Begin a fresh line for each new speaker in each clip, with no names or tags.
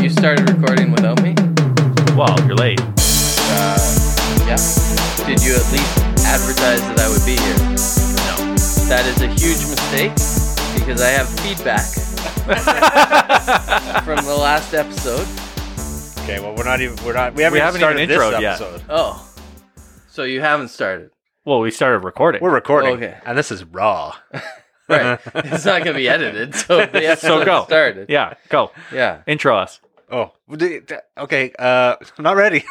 you started recording without me?
Well, you're late.
Uh, yeah. Did you at least advertise that I would be here?
No.
That is a huge mistake because I have feedback from the last episode.
Okay, well we're not even we're not we haven't,
We
even
haven't
started
even
this
introed yet.
episode.
Oh, so you haven't started.
well, we started recording.
We're recording,
Okay.
and this is raw.
Right. it's not going to be edited, so the episode
go.
started.
yeah, go.
Yeah.
Intro us.
Oh, well, d- d- okay. Uh, I'm not ready.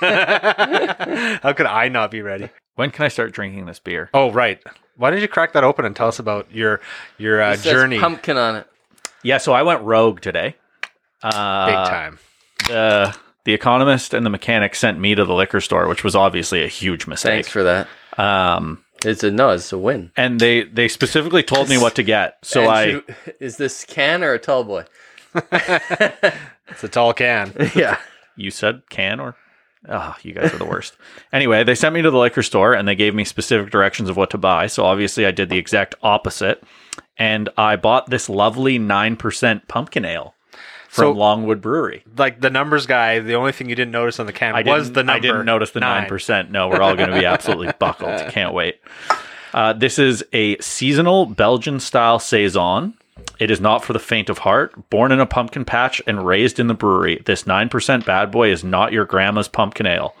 How could I not be ready?
When can I start drinking this beer?
Oh, right. Why don't you crack that open and tell us about your your uh,
It says
journey?
pumpkin on it.
Yeah, so I went rogue today. Uh,
Big time.
The, the economist and the mechanic sent me to the liquor store, which was obviously a huge mistake.
Thanks for that.
um,
It's a no, it's a win.
and they they specifically told me what to get, so
And
I
you- is this can or a tall boy?
It's a tall can.
Yeah.
you said can or oh you guys are the worst anyway they sent me to the liquor store and they gave me specific directions of what to buy so obviously i did the exact opposite and i bought this lovely 9% pumpkin ale from
So-
longwood brewery
like the numbers guy, the only thing you didn't notice on the can
I
was
didn't-
the number.
I didn't notice the
nine.
nine percent. No, we're all going to be absolutely buckled. Can't wait. Uh, this is a seasonal Belgian style saison. It is not for the faint of heart. Born in a pumpkin patch and raised in the brewery, this nine percent bad boy is not your grandma's pumpkin ale.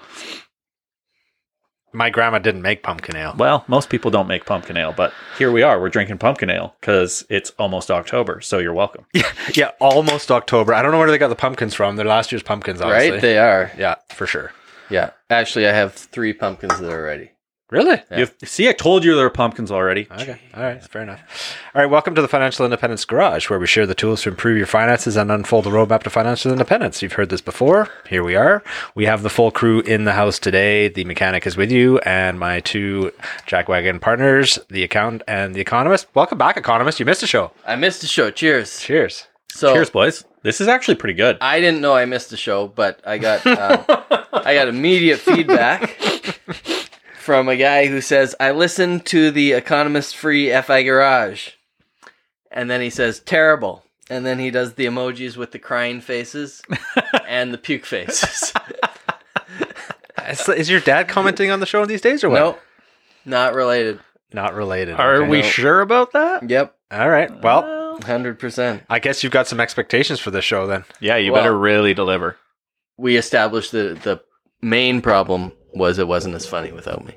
My grandma didn't make pumpkin ale.
Well, most people don't make pumpkin ale, but here we are. We're drinking pumpkin ale because it's almost October, so you're welcome.
Yeah, almost October. I don't know where they got the pumpkins from. They're last year's pumpkins, obviously.
Right? They are.
yeah, for sure.
Yeah. Actually, I have three pumpkins that are ready.
Really?
You've, see, I told you there are pumpkins already.
Okay. All right. Fair enough. All right. Welcome to the Financial Independence Garage, where we share the tools to improve your finances and unfold the roadmap to financial independence. You've heard this before. Here we are. We have the full crew in the house today. The mechanic is with you, and my two jackwagon partners, the accountant and the economist. Welcome back, economist. You missed a show.
I missed a show. Cheers.
Cheers.
So
Cheers, boys. This is actually pretty good.
I didn't know I missed a show, but I got um, I got immediate feedback from a guy who says I listened to the Economist Free FI Garage, and then he says terrible, and then he does the emojis with the crying faces and the puke faces.
Is, is your dad commenting on the show these days or what?
nope, not related.
Not related.
Are
Okay.
we
No.
sure about that?
Yep,
All right. Well,
hundred percent.
I guess you've got some expectations for this show then.
Yeah, you
Well-
better really deliver.
We established that the main problem was it wasn't as funny without me.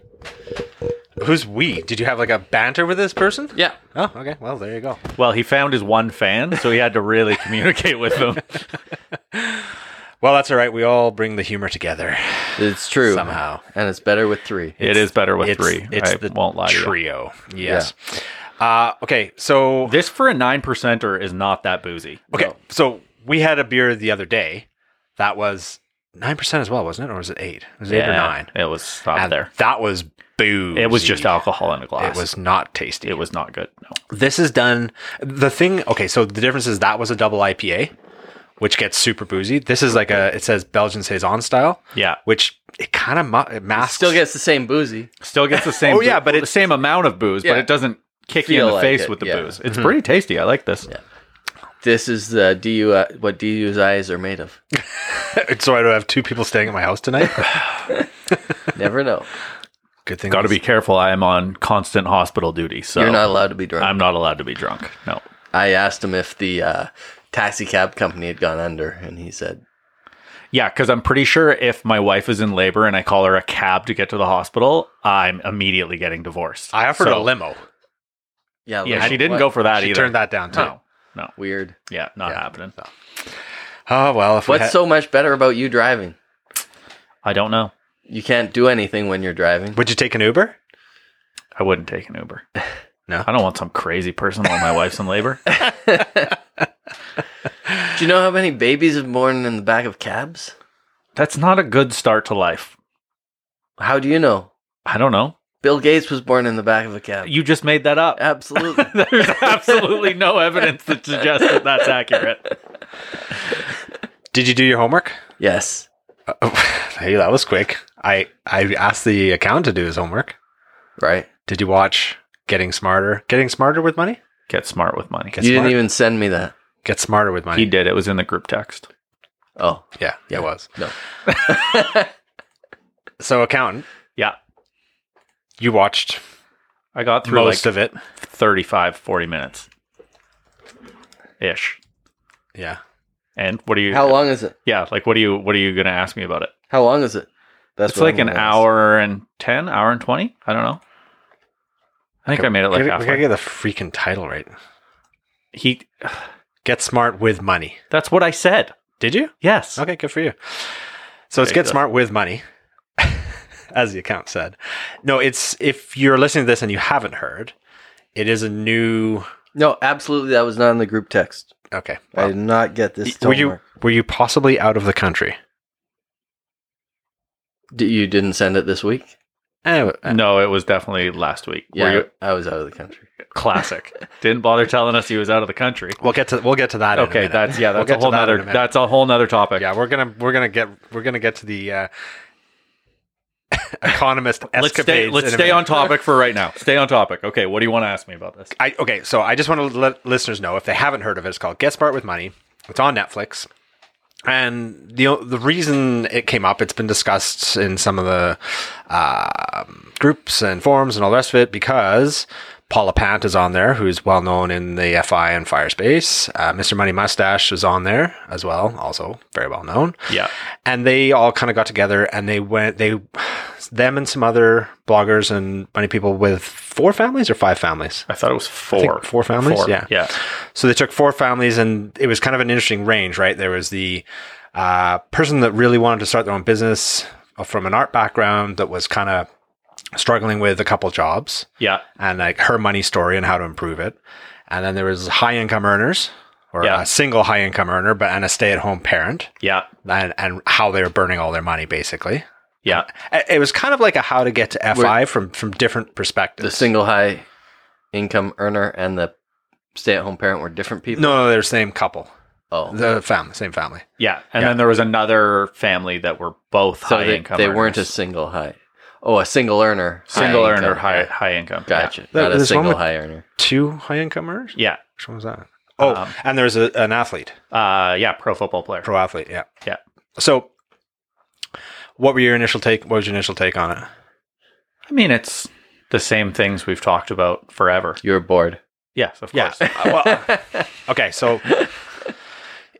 Who's we? Did you have like a banter with this person?
Yeah.
Oh, okay. Well, there you go.
Well, he found his one fan, so he had to really communicate with them.
Well, that's all right. We all bring the humor together
It's true.
somehow.
And it's better with three.
It is better with
It's,
three.
it's
I
the
won't lie to you.
trio. Yes. Uh, okay. So
This for a nine percenter is not that boozy.
okay.
No.
So we had a beer the other day that was nine percent as well, wasn't it? Or was it eight? It was eight or
Yeah,
nine.
It was up
And
there.
That was booze.
It was just alcohol in a glass.
It was not tasty.
It was not good. No.
this is done. The thing. Okay. So the difference is that was a double IPA, which gets super boozy. This is like a. It says Belgian saison style.
Yeah.
Which it kind of ma- it masks.
Still gets the same boozy.
Still gets the same.
Oh, yeah, but
the
it's-
same amount of booze,
Yeah.
but it doesn't kick you in
Feel
the
like
face
it,
with the
yeah. Mm-hmm.
booze. It's pretty tasty. I like this.
This is the DU what DU's eyes are made of.
so I don't have two people staying at my house tonight.
Never know.
Good thing.
Got to
this-
be careful. I am on constant hospital duty, so
You're not allowed to be drunk.
I'm not allowed to be drunk. No.
I asked him if the uh, taxi cab company had gone under, and he said,
Yeah, because I'm pretty sure if my wife is in labor and I call her a cab to get to the hospital, I'm immediately getting divorced.
I offered
So-
a limo.
"Yeah,
Yeah,
look,
she didn't
what-
go for that
she
either.
turned that down too.
No, no,
Weird.
yeah, not happening.
Oh well, if we
What's
had-
so much better about you driving?
I don't know.
You can't do anything when you're driving.
would you take an Uber?
I wouldn't take an Uber.
No.
I don't want some crazy person while my wife's in labor.
Do you know how many babies are born in the back of cabs?
That's not a good start to life.
How do you know?
I don't know.
Bill Gates was born in the back of a cab.
You just made that up.
Absolutely.
There's absolutely no evidence that suggests that that's accurate.
Did you do your homework?
yes.
Oh, hey, that was quick. I I asked the accountant to do his homework.
Right.
Did you watch Getting Smarter? Getting Smarter with money?
Get smart with money.
Get
you
smart-
didn't even send me that.
Get smarter with money.
He did. It was in the group text.
Oh,
Yeah, yeah, it was.
no.
So, accountant,
Yeah.
you watched
I got through
most
like
of it.
35, 40 minutes ish.
Yeah.
And what are you?
How long is it?
Yeah, like what are you? What are you gonna ask me about it?
How long is it? That's
it's
what
like
I'm
an
gonna ask.
hour and ten, hour and twenty. I don't know. I think I made it like
we, gotta- we gotta
halfway.
get the freaking title right.
He.
Get smart with money.
That's what I said.
Did you?
Yes.
Okay, good for you. So
There
it's
you
get
go.
smart with money, as the account said. No, it's if you're listening to this and you haven't heard, it is a new.
No, absolutely. That was not in the group text.
Okay,
I did not get this.
were
till
you
Mark.
were you possibly out of the country?
D- you didn't send it this week?
Eh, eh,
No, it was definitely last week. Were
Yeah,
you-
I was out of the country.
classic. Didn't bother telling us he was out of the country.
we'll get to we'll get to that. in a
Okay,
minute.
that's yeah,
We'll
that's
get
a
to
whole
that in
nother
a minute.
that's a whole nother topic.
yeah, we're gonna we're gonna get we're gonna get to the uh, economist
Let's stay
escapades.
let's
in a
stay
minute.
on topic for right now. Stay on topic. Okay, what do you want to ask me about this?
I okay, so I just want to let listeners know if they haven't heard of it, it's called Get Smart with Money. It's on Netflix, and the the reason it came up, it's been discussed in some of the um groups and forums and all the rest of it because Paula Pant is on there, who's well known in the FI and fire space. Uh, Mr. Money Mustache is on there as well, also very well known
Yeah.
and they all kind of got together and they went they them and some other bloggers and money people with four families or five families
I thought it was four.
think four families? Yeah.
Yeah.
so they took four families and it was kind of an interesting range right there was the uh, person that really wanted to start their own business uh, from an art background that was kind of struggling with a couple jobs
Yeah.
and like her money story and how to improve it. And then there was high income earners or
Yeah.
a single high income earner, but and a stay at home parent
Yeah.
and, and how they were burning all their money basically.
Yeah.
I- It was kind of like a how to get to FI from from different
The
perspectives.
single high income earner and the stay at home parent were different people.
no, no, they're same couple,
oh,
the family, same family.
Yeah. And
Yeah.
then there was another family that were both
so
high
they,
income.
they weren't a
earners.
single high. Oh, a single earner. high
single
income
earner, high
earner.
high income.
Gotcha.
There-
Not a
there's one
single
with-
high earner.
Two high income earners.
Yeah.
Which one was that? Oh,
Um,
and there's a, an athlete,
Yeah. Uh, yeah. Pro football player.
pro athlete. Yeah,
Yeah.
So, what were your initial take? What was your initial take on it?
I mean, it's the same things we've talked about forever.
You were bored.
Yes, of
Yeah.
course.
Uh, well, okay, so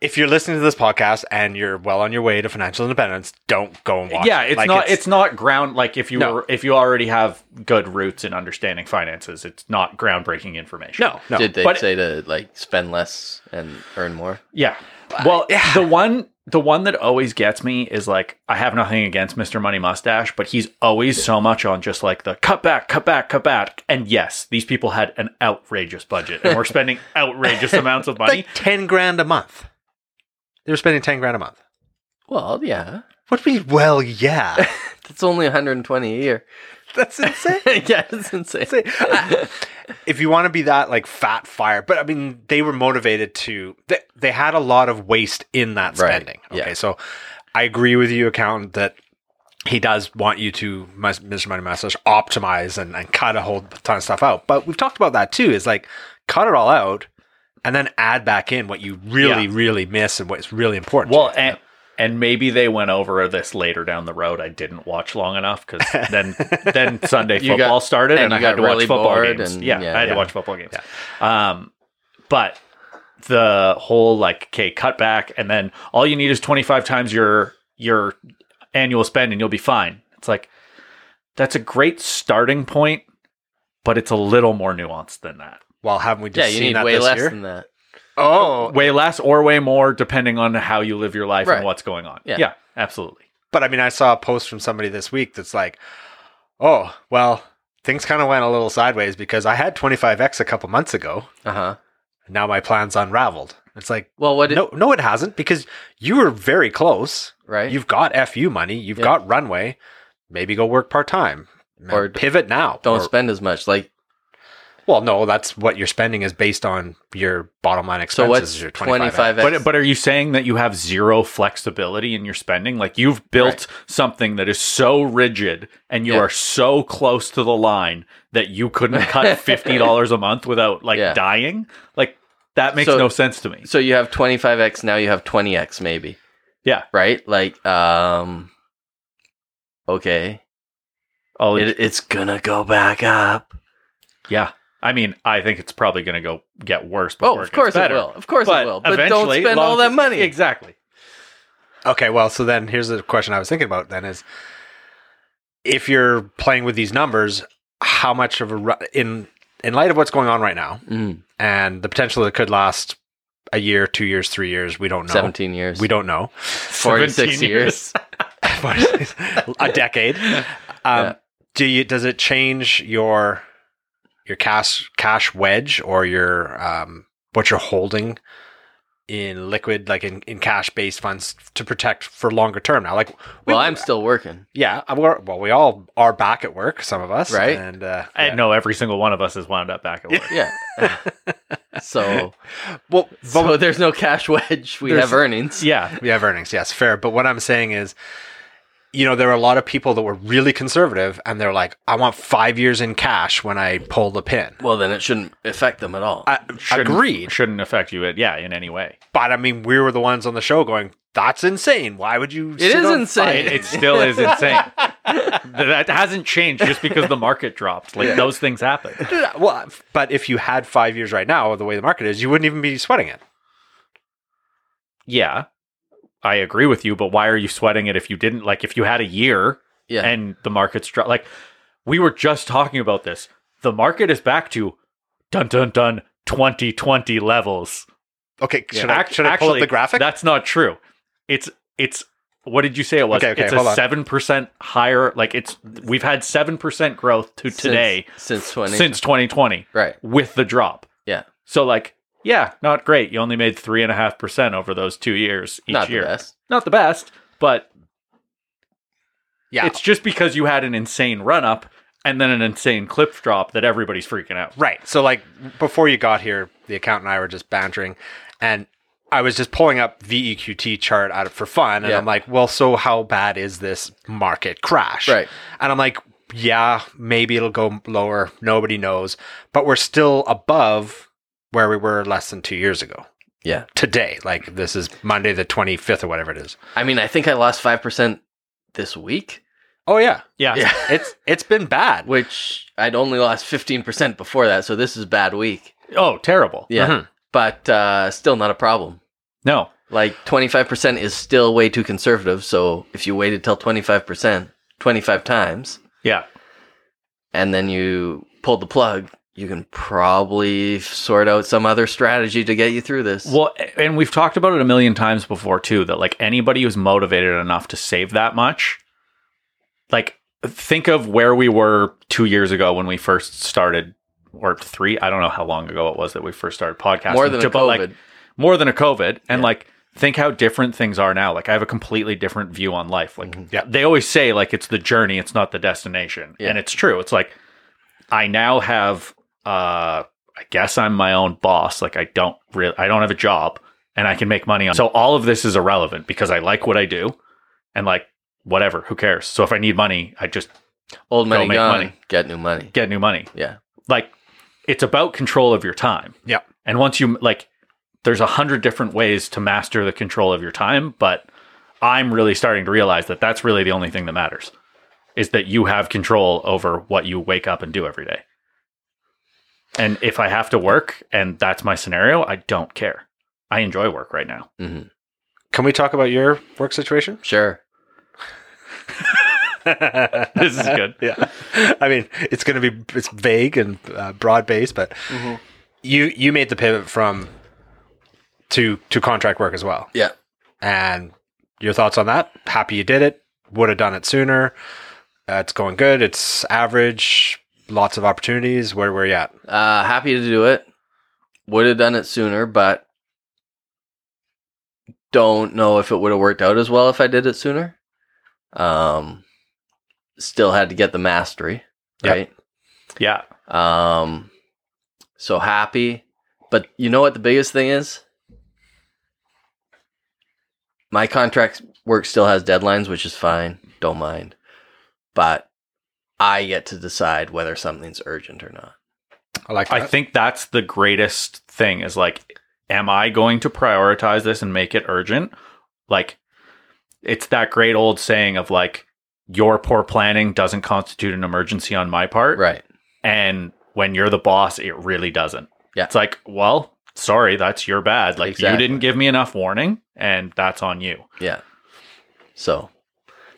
if you're listening to this podcast and you're well on your way to financial independence, don't go and watch.
yeah,
it.
it's
Like,
not it's, not ground like if you
No.
were, if you already have good roots in understanding finances, it's not groundbreaking information.
no, no.
Did they
but-
say to like spend less and earn more?
Yeah. Well, the one the one that always gets me is like I have nothing against Mr. Money Mustache, but he's always so much on just like the cut back, cut back, cut back. And yes, these people had an outrageous budget and we're spending outrageous amounts of money.
like ten grand a month. They were spending ten grand a month.
Well, yeah.
What do you mean? Well, yeah,
That's only 120 a year.
that's insane.
yeah, that's insane.
if you want to be that like fat fire, but I mean, they were motivated to. They, they had a lot of waste in that
Right,
spending.
yeah.
Okay, so I agree with you, accountant, that he does want you to, Mus- Mr. Money Mustache, optimize and, and cut a whole ton of stuff out. But we've talked about that too. Is like cut it all out and then add back in what you really,
Yeah.
really miss and what's really important. to
Well,
you.
and and maybe they went over this later down the road. I didn't watch long enough because then then Sunday
You got-
football started
and
and, I
you got
had to
really
watch football
bored
games.
and-
yeah,
yeah,
I had
yeah.
to watch football games. Um, but the whole like okay, cut back, and then all you need is twenty five times your your annual spend, and you'll be fine. It's like that's a great starting point, but it's a little more nuanced than that.
well, haven't we
yeah,
just
you
seen
need
that
way
this
less
year?
than that.
oh,
Way less or way more, depending on how you live your life
Right.
and what's going on.
Yeah.
yeah absolutely.
But I mean, I saw a post from somebody this week that's like, oh, well, things kind of went a little sideways because I had 25X a couple months ago.
Uh huh.
And now my plan's unraveled. It's like,
Well, what? Did,
no, no, it hasn't because you were very close.
Right.
You've got FU money, you've
Yeah.
got runway. Maybe go work part time
Or
pivot now.
don't
Or-
spend as much. Like,
well, no, that's what you're spending is based on your bottom line
so
expenses.
what's
is your
25
But but are you saying that you have zero flexibility in your spending? Like you've built something that is so rigid and you
Yeah.
are so close to the line that you couldn't cut fifty dollars a month without like
Yeah.
dying? Like that makes
So-
no sense to me.
So you have 25x, now you have 20x maybe.
Yeah.
Right? Like, um, okay.
I'll,
It, it's gonna go back up.
yeah. I mean, I think it's probably going to go get worse. Before
Oh, of course
gets
it
better.
will. Of course it will. But don't
eventually,
spend
long-
all that money.
Exactly.
Okay, well, so then here's the question I was thinking about then is if you're playing with these numbers, how much of a ru- in in light of what's going on right now
Mm,
and the potential that it could last a year, 2 years, 3 years, we don't know.
17 years.
We don't know.
46
17
years.
a decade. Um,
Yeah.
do you does it change your your cash cash wedge or your um, what you're holding in liquid like in, in cash based funds to protect for longer term now like we-
Well, I'm still working.
yeah I- we're, well we all are back at work some of us
Right.
and uh,
I
yeah.
know every single one of us has wound up back at work.
Yeah. so,
well but
so there's no cash wedge. We
There's-
have earnings.
yeah.
We have earnings, yes, fair. But what I'm saying is, you know, there are a lot of people that were really conservative and they're like, I want five years in cash when I pull the pin.
Well, then it shouldn't affect them at all.
I,
Shouldn't-
agreed.
Shouldn't affect you, at, yeah, in any way.
But I mean, we were the ones on the show going, that's insane. Why would you?
it is
on
insane.
It, it still is insane. that hasn't changed just because the market dropped. Like those things happen.
five-" Well, but if you had five years right now, the way the market is, you wouldn't even be sweating it.
Yeah, I agree with you. But why are you sweating it if you didn't like if you had a year
yeah.
and the market's dropped? Like we were just talking about this. The market is back to dun dun dun 2020 levels.
Okay, should, I,
Ac-
should I pull up
actually,
the graphic?
That's not true. It's it's what did you say it was?
Okay, okay,
it's
hold
a
on.
seven percent higher. Like it's we've had seven percent growth to
Since-
today
Since 20.
since 2020
Right.
with the drop.
Yeah.
So like yeah, not great. You only made three and a half percent over those two years each
Not
year.
the best.
Not the best, but
yeah,
it's just because you had an insane run up and then an insane clip drop that everybody's freaking out.
Right. So like before you got here, the accountant and I were just bantering and I was just pulling up VEQT chart out of for fun and
Yeah.
I'm like, well, so how bad is this market crash?
Right.
And I'm like, yeah, maybe it'll go lower. Nobody knows. But we're still above where we were less than two years ago.
Yeah.
Today. Like this is Monday the twenty fifth or whatever it is.
I mean, I think I lost 5% this week.
Oh yeah.
Yeah.
Yeah.
It's it's been bad.
Which I'd only lost 15% before that. So this is a bad week.
Oh, terrible.
Yeah.
Mhm.
But uh, still not a problem.
No.
Like 25% is still way too conservative. So if you waited till 25%, 25 times,
Yeah.
and then you pulled the plug, you can probably sort out some other strategy to get you through this.
Well, and we've talked about it a million times before too that like anybody who's motivated enough to save that much like think of where we were 2 years ago when we first started or 3, I don't know how long ago it was that we first started podcasting.
More than a
but, like,
COVID.
more than a COVID, and
Yeah.
like think how different things are now. Like I have a completely different view on life. Like
Mhm.
Yeah.
they always say, like it's the journey, it's not the destination,
Yeah.
and it's true. It's like I now have, uh, I guess I'm my own boss. Like I don't really, I don't have a job, and I can make money on. So all of this is irrelevant because I like what I do, and like whatever, who cares? So if I need money, I just
Old money
make
gone,
money.
get new money.
get new money.
Yeah.
Like it's about control of your time.
Yeah.
And once you like there's a hundred different ways to master the control of your time, but I'm really starting to realize that that's really the only thing that matters is that you have control over what you wake up and do every day. And if I have to work and that's my scenario, I don't care. I enjoy work right now.
hmm
Can we talk about your work situation?
Sure.
This is good.
yeah i mean it's going to be it's vague and uh, broad based but you you made the pivot from to to contract work as well
Yeah.
and your thoughts on that happy you did it would have done it sooner uh, it's going good it's average lots of opportunities where were you at
Uh, happy to do it. Would have done it sooner, but don't know if it would have worked out as well if I did it sooner. Um, still had to get the mastery,
Yep.
Yeah.
right? Um, so happy, but you know what the biggest thing is? My contract work still has deadlines, which is fine. Don't mind, but I get to decide whether something's urgent or not.
i like that.
I think that's the greatest thing is like, am I going to prioritize this and make it urgent? Like, it's that great old saying of like your poor planning doesn't constitute an emergency on my part
Right.
and when you're the boss it really doesn't
Yeah.
it's like well sorry that's your bad like you
Exactly.
didn't give me enough warning and that's on you
Yeah. So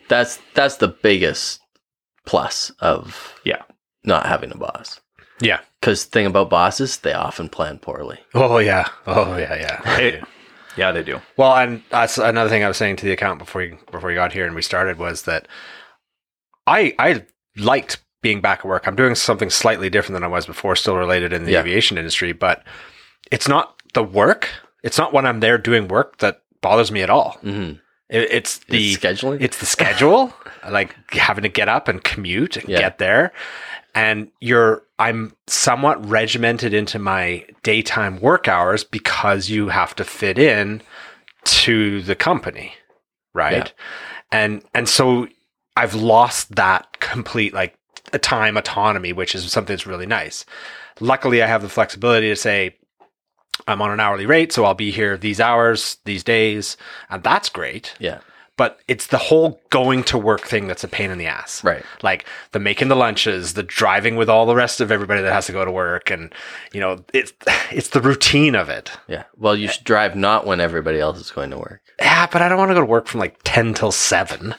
that's that's the biggest plus of
Yeah.
not having a boss.
Yeah.
Because thing about bosses, they often plan poorly.
Oh yeah. Oh yeah. Yeah.
It- yeah they do
Well, and that's another thing I was saying to the account before you before you got here and we started was that I I liked being back at work. I'm doing something slightly different than I was before, still related in the
Yeah.
aviation industry, but it's not the work. It's not when I'm there doing work that bothers me at all.
Mm-hmm.
It, it's the
It's scheduling.
it's the schedule, like having to get up and commute and
Yeah.
get there. And you're, I'm somewhat regimented into my daytime work hours because you have to fit in to the company, right? And and so I've lost that complete like a time autonomy, which is something that's really nice. Luckily, I have the flexibility to say I'm on an hourly rate, so I'll be here these hours, these days, and that's great
yeah.
but it's the whole going to work thing that's a pain in the ass.
Right.
Like the making the lunches, the driving with all the rest of everybody that has to go to work and you know, it's it's the routine of it.
Yeah. Well, you should drive not when everybody else is going to work.
Yeah, but I don't want to go to work from like 10 till 7.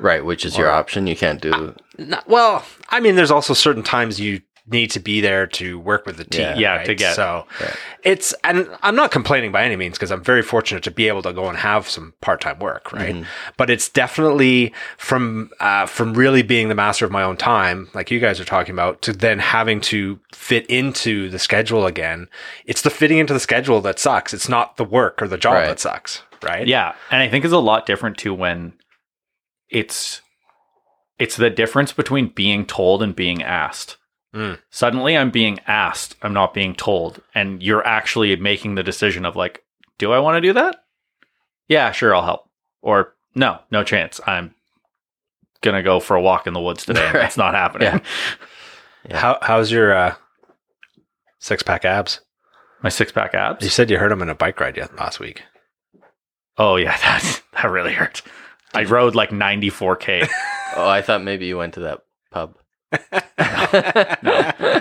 Right, which is your option. You can't do
No, well, I mean there's also certain times you need to be there to work with the team.
Yeah.
Yeah,
right?
to get-
So
Right.
it's and I'm not complaining by any means because I'm very fortunate to be able to go and have some part-time work, right? But it's definitely from uh, from really being the master of my own time, like you guys are talking about, to then having to fit into the schedule again. It's the fitting into the schedule that sucks. It's not the work or the job
Right.
that sucks, right?
yeah and i think it's a lot different too when it's it's the difference between being told and being asked
Mm.
suddenly i'm being asked i'm not being told and you're actually making the decision of like do i want to do that yeah sure i'll help or no no chance i'm gonna go for a walk in the woods today and
Right.
that's not happening
Yeah. Yeah.
How, how's your uh, six-pack abs?
my six-pack abs
You said you heard him in a bike ride yet last week.
oh yeah that's that really hurt i rode like 94k
Oh, I thought maybe you went to that pub.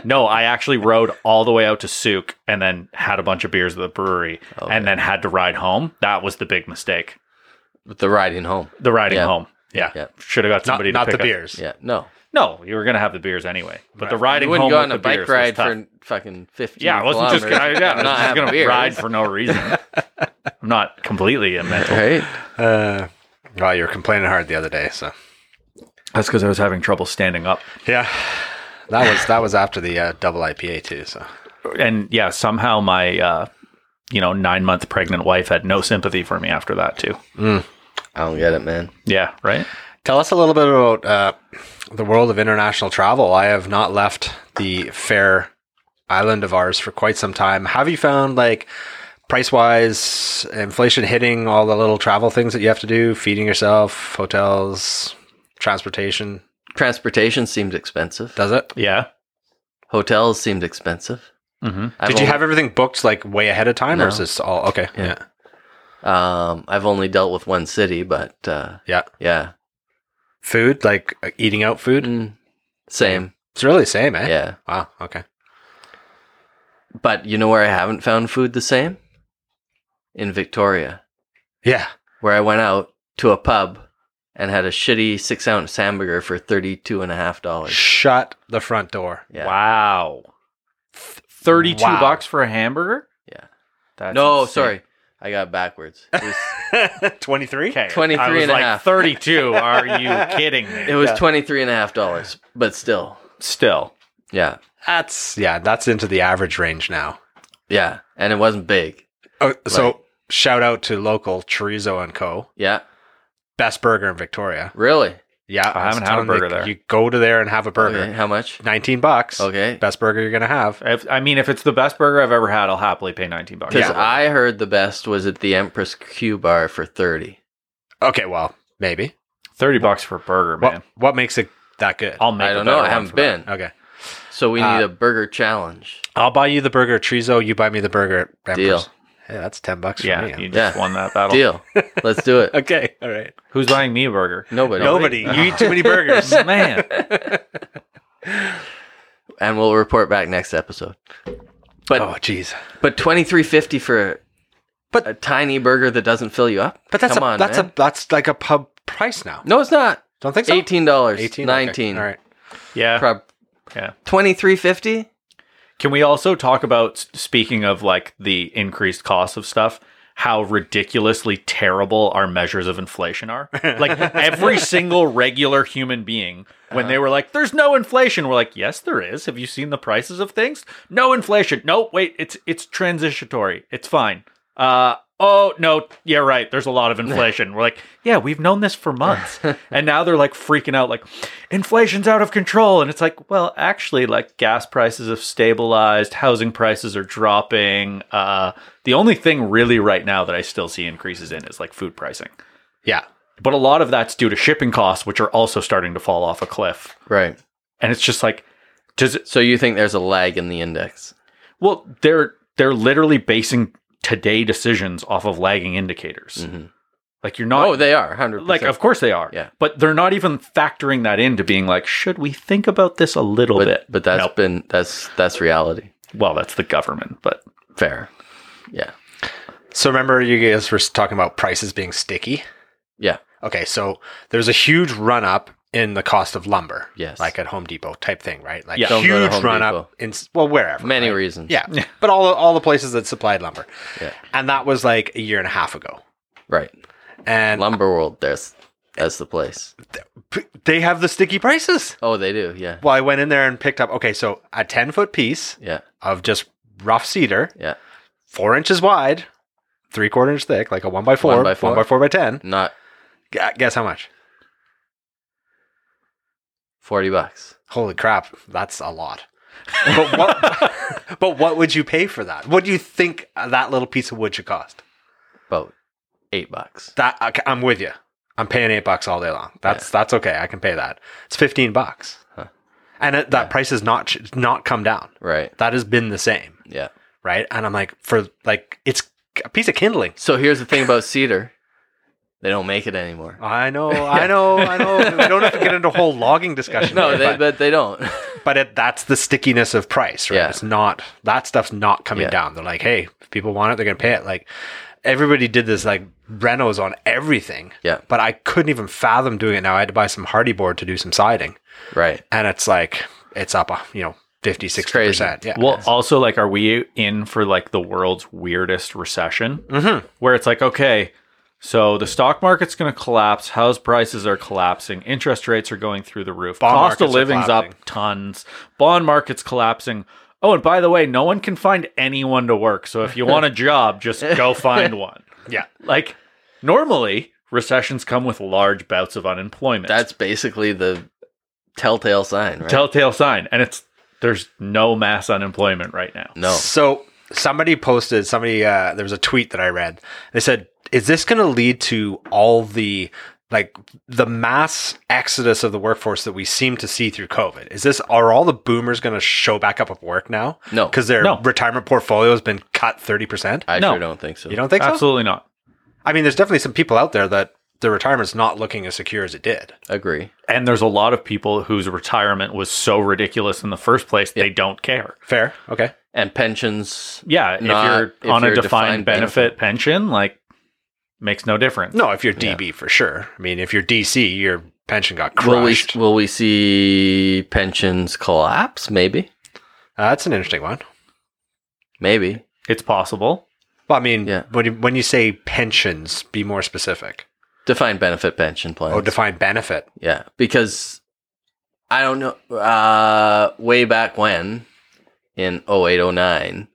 No, I actually rode all the way out to Souk and then had a bunch of beers at the brewery
Oh,
and
yeah.
then had to ride home. That was the big mistake.
With the riding home.
The riding
Yeah.
home. Yeah.
Yeah.
Should have got
Not,
somebody
not
to
the
pick up-
beers.
Yeah. No.
No, you were going to have the beers anyway. But the
Right.
You
riding home
wouldn't go
with
on
the
a bike
beers was
ride
tough.
for fucking 15
Yeah, I wasn't just
kilometers
going to yeah, I
and
was
not
just
having
gonna
beers.
ride for no reason. I'm not completely immental.
Right?
Uh, well, you were complaining hard the other day, so
That's because I was having trouble standing up.
yeah, that was that was after the uh, double IPA too. So
And yeah, somehow my uh, you know, 9-month pregnant wife had no sympathy for me after that too.
I don't get it, man.
Yeah, right?
tell us a little bit about uh, the world of international travel. I have not left the fair island of ours for quite some time. Have you found like price wise, inflation hitting all the little travel things that you have to do, feeding yourself, hotels, transportation?
Transportation seemed expensive.
Does it?
Yeah.
Hotels seemed expensive.
Mhm.
I've
Did you
only-
have everything booked like way ahead of time, or
No.
is this all okay?
Yeah. Um, I've only dealt with one city, but uh,
yeah.
yeah,
Food, like uh, eating out food.
Mm, same.
It's really the same, eh?
Yeah,
Wow. Okay.
but you know where I haven't found food the same? In Victoria,
Yeah.
where I went out to a pub and had a shitty six ounce hamburger for thirty two and a half dollars.
Shut the front door.
Yeah.
Wow. Th- 32
Wow.
bucks for a hamburger?
Yeah.
That's
No,
insane.
sorry, I got backwards. It was,
23?
Okay.
23
I was
and a
like,
half.
32. Are you kidding
it
me?
was twenty three and a half dollars, but still,
Still.
yeah,
That's, yeah, that's into the average range now.
yeah, and it wasn't big.
Oh, So shout out to local Chorizo and Co.
Yeah,
Best burger in Victoria.
really.
Yeah.
Oh, I haven't had a
telling you,
burger there. Oh,
You go to there and have a burger.
Okay, how much?
19 bucks.
Okay,
Best burger you're going to have.
If, I mean, if it's the best burger I've ever had, I'll happily pay 19 bucks.
Because
Yeah.
I heard the best was at the Empress Q Bar for thirty.
Okay. Well, maybe.
30 bucks for a burger, man.
What, what makes it that good?
I'll make
I
a
don't know.
better
I
one
haven't
for that.
been.
okay.
So we need
Uh,
a burger challenge.
I'll buy you the burger at Chorizo. You buy me the burger at Empress.
Deal.
Hey, that's 10 bucks for
Yeah,
me.
you
Yeah.
just won that battle.
Deal. Let's do it.
Okay. All right.
Who's buying me a burger?
Nobody.
Nobody. You eat too many burgers.
Man,
And we'll report back next episode. But
oh, jeez.
but twenty three fifty for
But-
a tiny burger that doesn't fill you up.
But that's
Come
a,
on,
that's
man.
a that's like a pub price now.
no, it's not.
Don't think so.
Eighteen dollars.
18? Okay.
Nineteen.
All right.
yeah,
Prob-
yeah.
twenty three fifty.
Can we also talk about s- speaking of like the increased cost of stuff? How ridiculously terrible our measures of inflation are. Like every single regular human being, when they were like, "There's no inflation," we're like, "Yes, there is." Have you seen the prices of things? No inflation. No, wait, it's it's transitory. It's fine. Uh oh no, yeah right. There's a lot of inflation. we're like, yeah, we've known this for months, and now they're like freaking out, like inflation's out of control, and it's like, well, actually, like gas prices have stabilized, housing prices are dropping. Uh, the only thing really right now that I still see increases in is like food pricing,
Yeah.
but a lot of that's due to shipping costs, which are also starting to fall off a cliff,
Right.
and it's just like, does it?
So you think there's a lag in the index?
Well, they're they're literally basing today decisions off of lagging indicators. Like you're not
Mm. Mm-hmm. Oh, they are hundred.
like of course they are.
Yeah.
But they're not even factoring that into being like, should we think about this a little
but
bit?
but that's
Nope.
been that's that's reality.
well, that's the government, but
Fair. Yeah.
So remember, you guys were talking about prices being sticky.
Yeah.
Okay, so there's a huge run up in the cost of lumber.
Yes.
Like at Home Depot type thing, right? Like
Yeah.
Don't go to
huge
Home
run
Depot.
up in s- well wherever.
Many
right?
reasons.
Yeah. But all all the places that supplied lumber.
Yeah.
And that was like a year and a half ago.
Right.
And
Lumber World. There's that's the place.
p- they have the sticky prices.
Oh, they do. Yeah.
Well, I went in there and picked up okay, so a 10 foot piece
Yeah.
of just rough cedar,
Yeah.
four inches wide, three quarter inch thick, like a one by four,
One by four.
one by four by ten.
Not
Gu- Guess how much?
forty bucks.
Holy crap, that's a lot. but what? but what would you pay for that? What do you think that little piece of wood should cost?
About eight bucks.
That okay, I'm with you. I'm paying eight bucks all day long. That's that's okay. I can pay that. It's fifteen bucks, and it, that price has not ch- not come down.
Right.
That has been the same,
Yeah.
right? And I'm like, for like, it's a piece of kindling.
So here's the thing about cedar. They don't make it anymore.
I know, I know, I know. We don't have to get into a whole logging discussion.
No,
here,
they,
but,
but they don't.
but it, that's the stickiness of price, right?
Yeah.
It's not that stuff's not coming
Yeah.
down. They're like, hey, if people want it, they're gonna pay it. Like everybody did this like Renos on everything.
Yeah.
But I couldn't even fathom doing it now. I had to buy some hardy board to do some siding.
Right.
And it's like it's up a you know, 50, 60 percent. Yeah.
well, also like, are we in for like the world's weirdest recession where it's like, okay, so the stock market's going to collapse, house prices are collapsing, interest rates are going through the roof,
Bond
cost of
markets are
living's up
collapsing.
tons, bond market's collapsing. Oh, and by the way, no one can find anyone to work. So if you want a job, just go find one.
yeah.
Like normally recessions come with large bouts of unemployment.
That's basically the telltale sign, right?
telltale sign and it's there's no mass unemployment right now.
no.
So somebody posted somebody uh, there was a tweet that I read. They said, "Is this going to lead to all the like the mass exodus of the workforce that we seem to see through COVID? Is this are all the boomers going to show back up at work now?
No.
because their
No.
retirement portfolio has been cut thirty percent.
I
No.
sure don't think so.
You don't think so?
Absolutely not.
I mean, there's definitely some people out there that their retirement's not looking as secure as it did.
Agree.
And there's a lot of people whose retirement was so ridiculous in the first place they don't care.
Fair, okay.
And pensions.
Yeah,
Not
if
if
you're on
you're
a
defined
defined, benefit pension, like makes no difference.
No, if you're DB for sure. I mean, if you're DC, your pension got
Will we,
crushed.
will we see pensions collapse? Maybe.
Uh, that's an interesting one.
Maybe.
It's possible.
Well, I mean,
Yeah.
when, you, when you say pensions, be more specific.
Defined benefit pension plans.
Oh, define benefit.
Yeah, because I don't know. Uh, way back when, in 0809,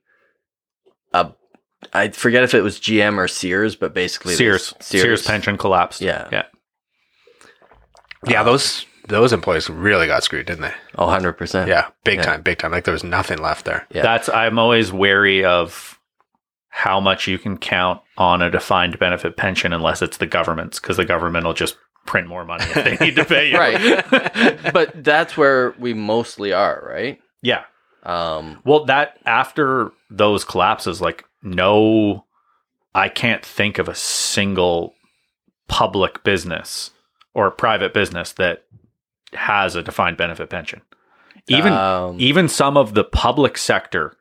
uh, I forget if it was GM or Sears, but basically
Sears,
there's-
Sears pension collapsed.
Yeah.
Yeah.
Yeah, those those employees really got screwed, didn't they?
Oh, 100%.
Yeah, big
Yeah.
time, big time. Like there was nothing left there.
Yeah.
That's I'm always wary of how much you can count on a defined benefit pension unless it's the government's because the government will just print more money if they need to pay you.
Right. but that's where we mostly are, right?
Yeah.
Um,
Well, that after those collapses, like no I can't think of a single public business or private business that has a defined benefit pension. Even e-
Um,
even some of the public sector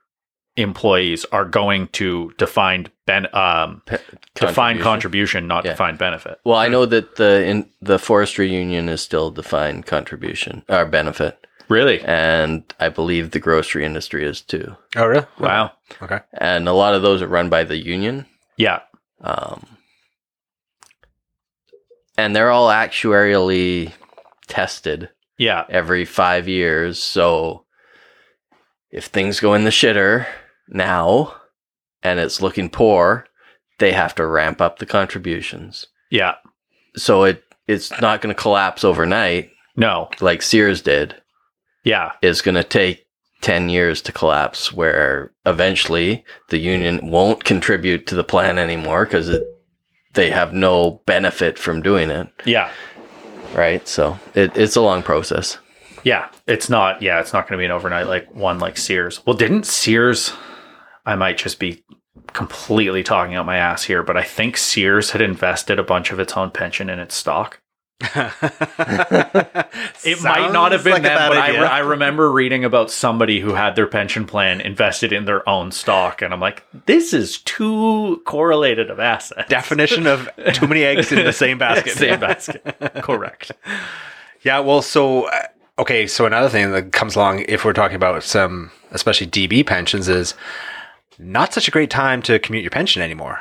employees are going to defined ben um defined contribution, not
Yeah.
defined benefit.
Well, I know that the in, the forestry union is still defined contribution or benefit,
Really?
and I believe the grocery industry is too.
Oh, really?
Wow.
Okay.
And a lot of those are run by the union,
Yeah.
um, and they're all actuarially tested
Yeah.
every five years. So if things go in the shitter now, and it's looking poor, they have to ramp up the contributions.
Yeah.
So it it's not going to collapse overnight.
No.
like Sears did,
Yeah.
is going to take 10 years to collapse, where eventually the union won't contribute to the plan anymore because they have no benefit from doing it,
Yeah.
right? So it, it's a long process.
Yeah, it's not. Yeah, it's not going to be an overnight like one like Sears. Well, didn't Sears? I might just be completely talking out my ass here, but I think Sears had invested a bunch of its own pension in its stock. It might not have been them, but I, re- I remember reading about somebody who had their pension plan invested in their own stock, and I'm like, this is too correlated of assets.
definition of too many eggs in the same basket.
Same basket. Correct.
Yeah, well, so uh, okay, so another thing that comes along if we're talking about some, especially DB pensions, is not such a great time to commute your pension anymore,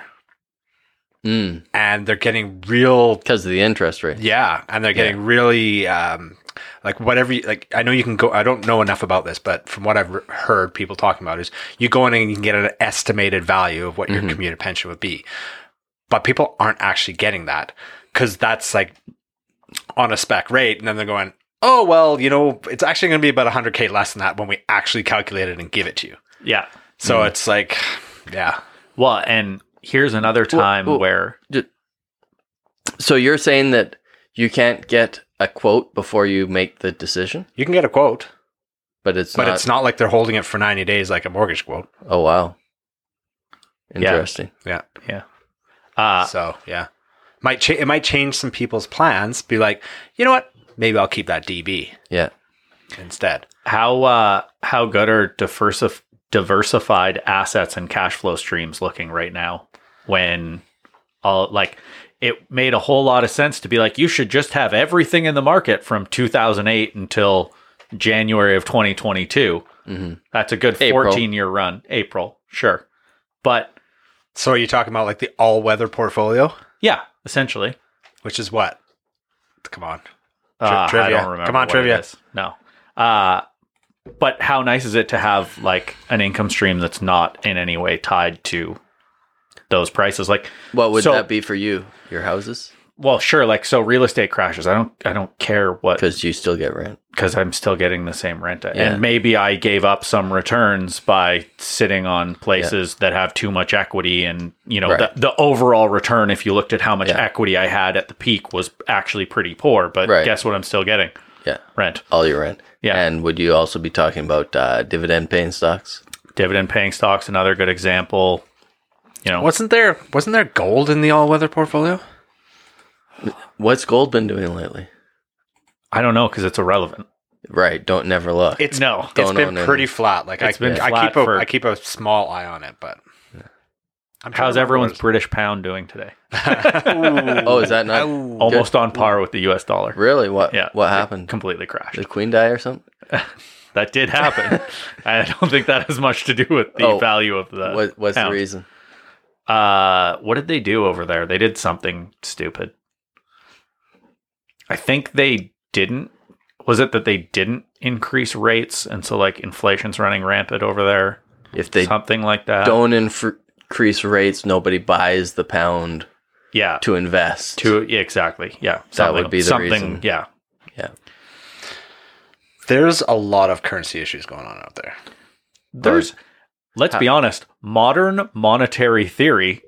Hmm.
Because
and they're getting real,
of the interest rate.
yeah, and they're getting really, um, like whatever. You, like I know you can go. I don't know enough about this, but from what I've re- heard people talking about is you go in and you can get an estimated value of what
Mhm.
your commuted pension would be, but people aren't actually getting that because that's like on a spec rate, and then they're going, "Oh well, you know, it's actually going to be about 100k less than that when we actually calculate it and give it to you."
Yeah.
So
Mm.
it's like, yeah,
Well, and here's another time
well-
where
So you're saying that you can't get a quote before you make the decision,
you can get a quote,
but it's
but
not.
it's not like they're holding it for 90 days like a mortgage quote.
Oh, wow. Interesting.
Yeah.
uh,
so yeah, might cha- it might change some people's plans. Be like, you know what? Maybe I'll keep that DB
Yeah.
instead.
How uh how good are diversif- diversified assets and cash flow streams looking right now when all like it made a whole lot of sense to be like you should just have everything in the market from 2008 until January of 2022.
Mhm.
That's a good
April.
14 year run. April, sure. But
So are you talking about like the all weather portfolio,
yeah, essentially.
which is what? Come on,
Uh,
trivia.
I don't remember.
Come on,
what it
trivia.
is. No. Uh, but how nice is it to have like an income stream that's not in any way tied to those prices? Like,
What would
So-
that be for you? Your houses?
well, sure. Like, so real estate crashes. I don't. I don't care what
Because you still get rent.
because I'm still getting the same rent.
Yeah.
And maybe I gave up some returns by sitting on places that have too much equity. And, you know,
Right.
the, the overall return, if you looked at how much
Yeah.
equity I had at the peak, was actually pretty poor. But
Right.
guess what I'm still getting?
Yeah.
Rent.
all your rent.
Yeah.
And would you also be talking about uh, dividend paying stocks?
Dividend paying stocks, another good example. You know,
wasn't there wasn't there gold in the all weather portfolio?
What's gold been doing lately?
I don't know because it's irrelevant.
Right. Don't never look.
It's
No.
It's
Don't
been
own any.
pretty flat. Like I,
It's been
I
flat
keep a I
for-
keep a small eye on it, but I'm trying
How's
to remember
everyone's
what
British pound doing today?
it
oh, is that not
was.
Almost on par with the US dollar.
really what?
Yeah.
What
It
happened?
Completely crashed.
Did the Queen die or something?
That did happen. I don't think that has much to do with the
Oh,
value of the.
what, what's the
pound.
reason?
Uh, what did they do over there? They did something stupid. I think they didn't. Was it that they didn't increase rates, and so like inflation's running rampant over there?
If they
something like that.
don't inf- increase rates, nobody buys the pound
yeah.
to invest.
To yeah, exactly. Yeah.
That would be the
something.
reason.
Yeah.
yeah.
There's a lot of currency issues going on out there.
There's. Let's be honest. Modern monetary theory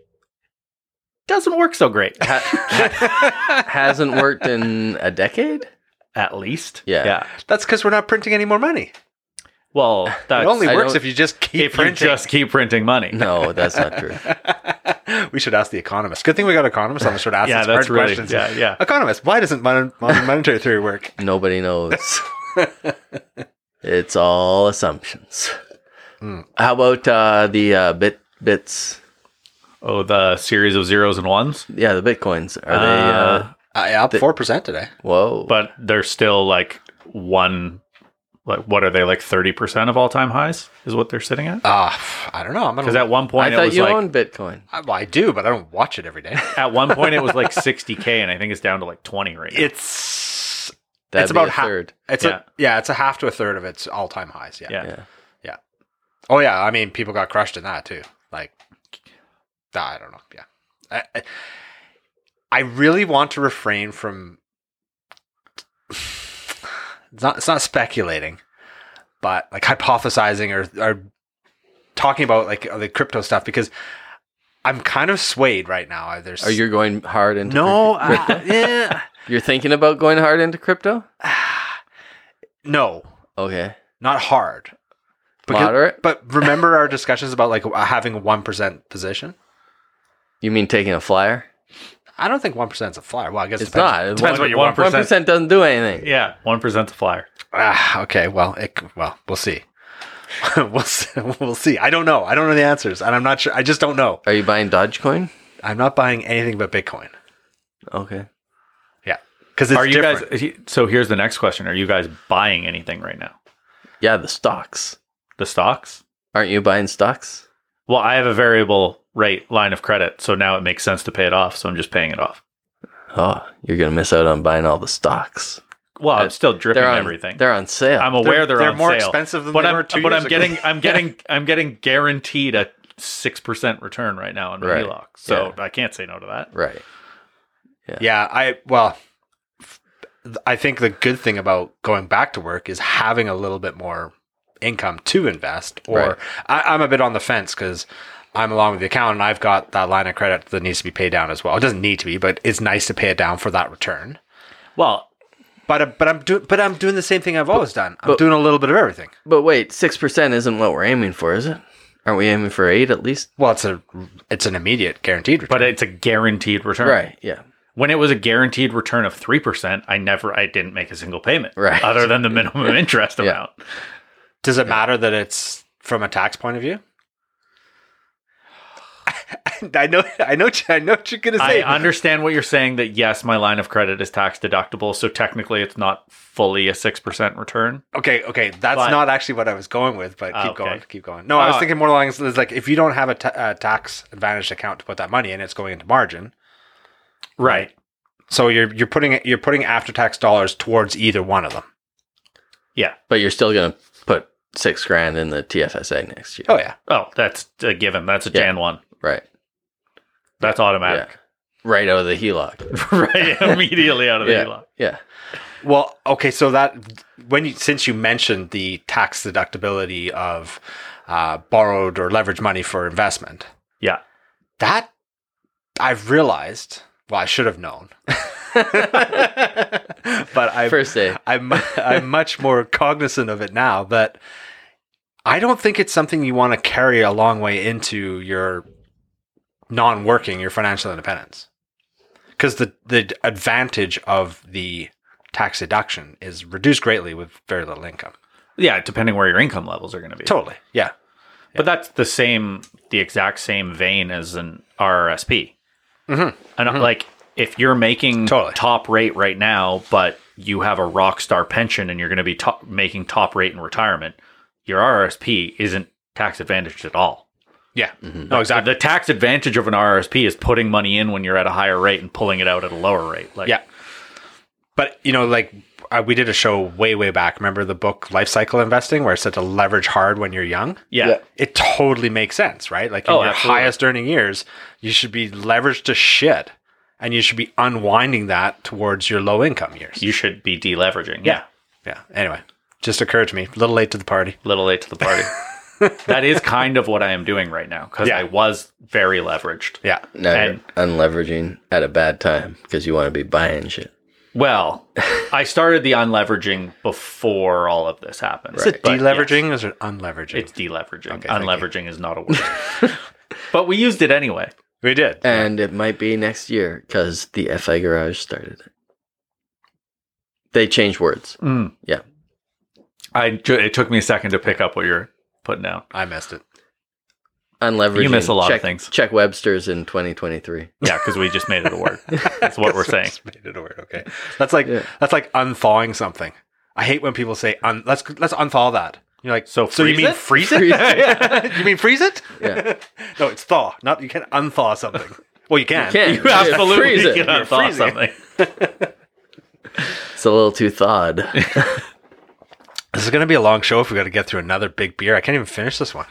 doesn't work so great.
Ha- hasn't worked in a decade.
At least.
Yeah.
Yeah.
That's because we're not printing any more money.
Well, that's
It only
I
works
don't-
if you just keep
Uh, if you
printing.
just keep printing money.
No, that's not true.
we should ask the economist. Good thing we got economists on the show to ask
Yeah,
us
that's
hard
really-
questions.
yeah, yeah.
Economist, why doesn't mon- mon- monetary theory work?
Nobody knows. it's all assumptions.
Hmm.
How about uh, the uh, bit bits?
Oh, the series of zeros and ones,
Yeah, the bitcoins. Are they? Uh,
I up four percent today.
whoa!
but they're still like one. Like, what are they like thirty percent of all time highs? Is what they're sitting at?
Ah, I don't know. I'm
Because
gonna.
at one point
I
it
thought
was
you
like
owned Bitcoin.
I, well, I do, but I don't watch it every day.
at one point it was like sixty k, and I think it's down to like twenty right now.
It's
That'd
it's
be
about
a
half.
third.
It's
Yeah.
a yeah. It's a half to a third of its all time highs. Yeah.
yeah.
Yeah.
Oh yeah. I mean, people got crushed in that too. Like, I don't know. Yeah. I, I- I really want to refrain from. It's not. It's not speculating, but like hypothesizing or or talking about like the crypto stuff because I'm kind of swayed right now. I- There's
Are you going hard Oh, into?
no.
crypto?
uh, yeah.
You're thinking about going hard into crypto?
No.
Okay.
Not hard. Because-
Moderate?
But remember our discussions about like having a one percent position.
You mean taking a flyer?
I don't think one percent is a flyer. Well, I guess
It's
depends-
not. It's
Depends
one-
what you
one
want.
per-
One percent doesn't do anything.
Yeah, one percent a flyer.
Ah, okay. Well, it, well, we'll see. we'll see. We'll see. I don't know. I don't know the answers, and I'm not sure. I just don't know.
Are you buying Dogecoin?
I'm not buying anything but Bitcoin.
Okay.
Yeah, because it's
Are you
different.
guys? he- So here's the next question: Are you guys buying anything right now?
Yeah, the stocks.
The stocks?
Aren't you buying stocks?
Well, I have a variable rate line of credit, so now it makes sense to pay it off. So I'm just paying it off.
Oh, you're gonna miss out on buying all the stocks.
Well,
Uh,
I'm still dripping
They're on
everything.
They're on sale.
I'm aware they're,
they're
on
more
sale,
expensive than
but
they
I'm,
were two
But
years
I'm
ago.
getting, I'm getting, I'm getting guaranteed a six percent return right now on my
Right.
HELOC. So I can't say no to that.
right.
yeah, I well, f- I think the good thing about going back to work is having a little bit more income to invest. Or
Right.
I, I'm a bit on the fence because I'm along with the accountant. and I've got that line of credit that needs to be paid down as well. It doesn't need to be, but it's nice to pay it down for that return.
Well,
But but I'm doing but I'm doing the same thing I've always done. I'm
but-
doing a little bit of everything.
But wait, six percent isn't what we're aiming for, is it? Aren't we aiming for eight at least?
Well, it's a it's an immediate guaranteed return.
but it's a guaranteed return.
Right. Yeah.
When it was a guaranteed return of three percent, I never, I didn't make a single payment,
Right.
Other than the minimum interest
Yeah.
amount.
Does it matter that it's from a tax point of view? I know, I know, I know what you're gonna
I
say.
understand what you're saying that yes, my line of credit is tax deductible, so technically it's not fully a six percent return.
okay, okay, that's
But-
not actually what I was going with, but
Ah,
keep
okay.
going, keep going. No, I was
Ah.
thinking more along the lines like if you don't have a ta- uh, tax advantaged account to put that money in, it's going into margin.
Right.
So you're you're putting it- you're putting after tax dollars towards either one of them.
Yeah.
But you're still gonna put six grand in the TFSA next year.
Oh yeah,
Oh, that's a given. That's a
Yeah.
Jan one.
Right.
That's
Yeah.
automatic.
Right out of the E HELOC.
right. Immediately out of the
Yeah.
HELOC.
Yeah.
Well, okay, so that when you since you mentioned the tax deductibility of uh, borrowed or leveraged money for investment,
Yeah.
that I've realized. Well, I should have known, but I
First day.
I'm I'm much more cognizant of it now. But I don't think it's something you want to carry a long way into your non-working, your financial independence, because the the advantage of the tax deduction is reduced greatly with very little income.
Yeah, depending where your income levels are going to be.
Totally, yeah.
But that's the same, the exact same vein as an RRSP.
Mhm.
And uh, like, if you're making
Totally.
top rate right now, but you have a rock star pension and you're going to be top, making top rate in retirement, your RRSP isn't tax advantaged at all.
Yeah. No, exactly.
The tax advantage of an RRSP is putting money in when you're at a higher rate and pulling it out at a lower rate. Like,
Yeah. But, you know, like I, we did a show way, way back. Remember the book Life Cycle Investing, where it said to leverage hard when you're young?
yeah,
Yeah.
It totally makes sense, right? Like in
Oh,
your
absolutely.
highest earning years, you should be leveraged to shit and you should be unwinding that towards your low income years.
you should be deleveraging.
yeah. Yeah. Anyway, just occurred to me. A little late to the party.
little late to the party. that is kind of what I am doing right now because
Yeah.
I was very leveraged.
Yeah.
Now you're
And-
unleveraging at a bad time because you want to be buying shit.
Well, I started the unleveraging before all of this happened.
Is it
but
deleveraging
yes,
or is it unleveraging?
it's deleveraging.
Okay, thank you.
unleveraging is not a word. but we used it anyway.
we did.
And it might be next year because the FI Garage started it. They changed words.
Mm.
Yeah.
I ju- it took me a second to pick up what you're putting down.
I missed it.
Unleveraged.
You miss a lot of
check,
things.
Check Webster's in 2023.
Yeah, because we just made it a word. That's what we're saying.
Just made it a word, Okay. That's like
Yeah.
that's like unthawing something. I hate when people say un, let's let's unthaw that. You're like
So
so you
freeze
mean
it?
freeze it?
Freeze
you mean freeze it?
Yeah.
no, it's thaw. Not you can't unthaw something. Well, you can.
can.
You absolutely
Freeze it.
could have thought
Freeze it.
something.
It's a little too thawed.
This is going to be a long show if we got to get through another big beer. I can't even finish this one.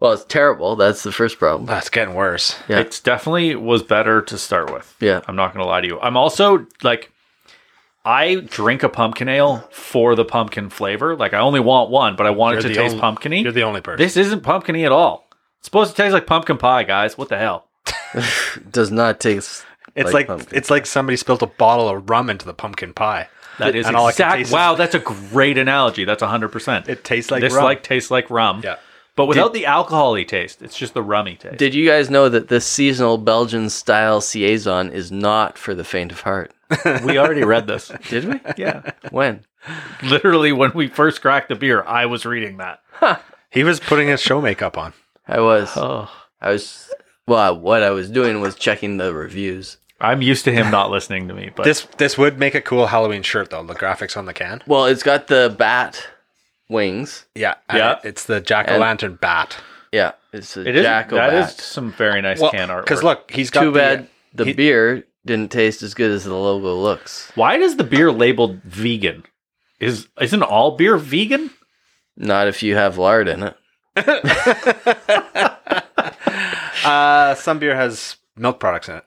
well, it's terrible. That's the first problem.
Ah,
Oh, it's getting worse.
Yeah.
It's definitely was better to start with.
Yeah.
I'm not gonna lie to you. I'm also like I drink a pumpkin ale for the pumpkin flavor. Like I only want one, but I want it
You're
to
the
taste
only-
pumpkiny.
You're the only person.
This isn't pumpkiny at all. It's supposed to taste like pumpkin pie, guys. What the hell?
Does not taste.
it's
like
like,
pumpkin.
it's like somebody spilled a bottle of rum into the pumpkin pie.
That is
And all I can
exact.
taste is-
Wow, that's a great analogy. That's 100%.
It tastes like
this
rum.
like tastes like rum.
Yeah.
But without the alcohol-y taste, it's just the rummy taste.
Did you guys know that this seasonal Belgian style saison is not for the faint of heart?
we already read this.
Did we?
Yeah.
when?
Literally when we first cracked the beer, I was reading that.
He was putting his show makeup on.
I was.
Oh.
I was. Well, what I was doing was checking the reviews.
I'm used to him not listening to me, but
This this would make a cool Halloween shirt though. The graphics on the can.
Well, it's got the bat wings.
Yeah,
Yeah.
uh, It's the jack o' lantern bat.
Yeah, it's a
it is
jackal
that
bat.
is some very nice can art.
because look, he's got
Too
the-
bad the
he-
beer didn't taste as good as the logo looks.
why does the beer labeled vegan? Is isn't all beer vegan?
Not if you have lard in it.
Uh, some beer has milk products in it.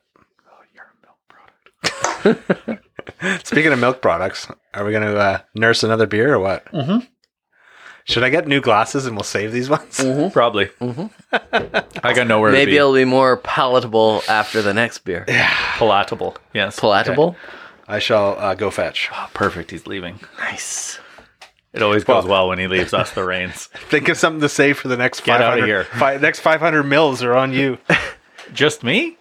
Oh, Speaking of milk products, are we going to uh, nurse another beer or what? Mm-hmm. Should I get new glasses and we'll save these ones?
Probably. I got nowhere
Maybe
to
it'll be more palatable after the next beer.
be palatable. Yes,
Palatable?
I shall uh, go fetch.
Oh, perfect. He's leaving.
Nice.
It always goes well when he leaves us the reins.
Think of something to save for the next
Get outta
500.
here.
Fi- next 500 mils are on you.
Just me.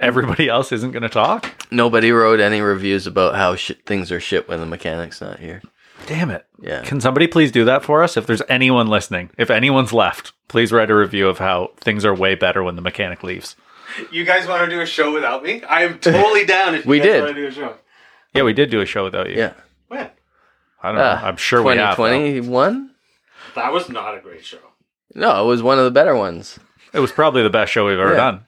Everybody else isn't going to talk.
Nobody wrote any reviews about how shit things are shit when the mechanic's not here.
Damn it.
Yeah.
Can somebody please do that for us? If there's anyone listening, if anyone's left, please write a review of how things are way better when the mechanic leaves.
You guys want to do a show without me? I am totally down if you
We
guys
did.
want to do a show.
Yeah, we did do a show without you.
Yeah.
When?
I don't know.
Ah,
I'm sure we have. though.
2021?
That was not a great show.
No, it was one of the better ones.
It was probably the best show we've ever
Yeah.
done.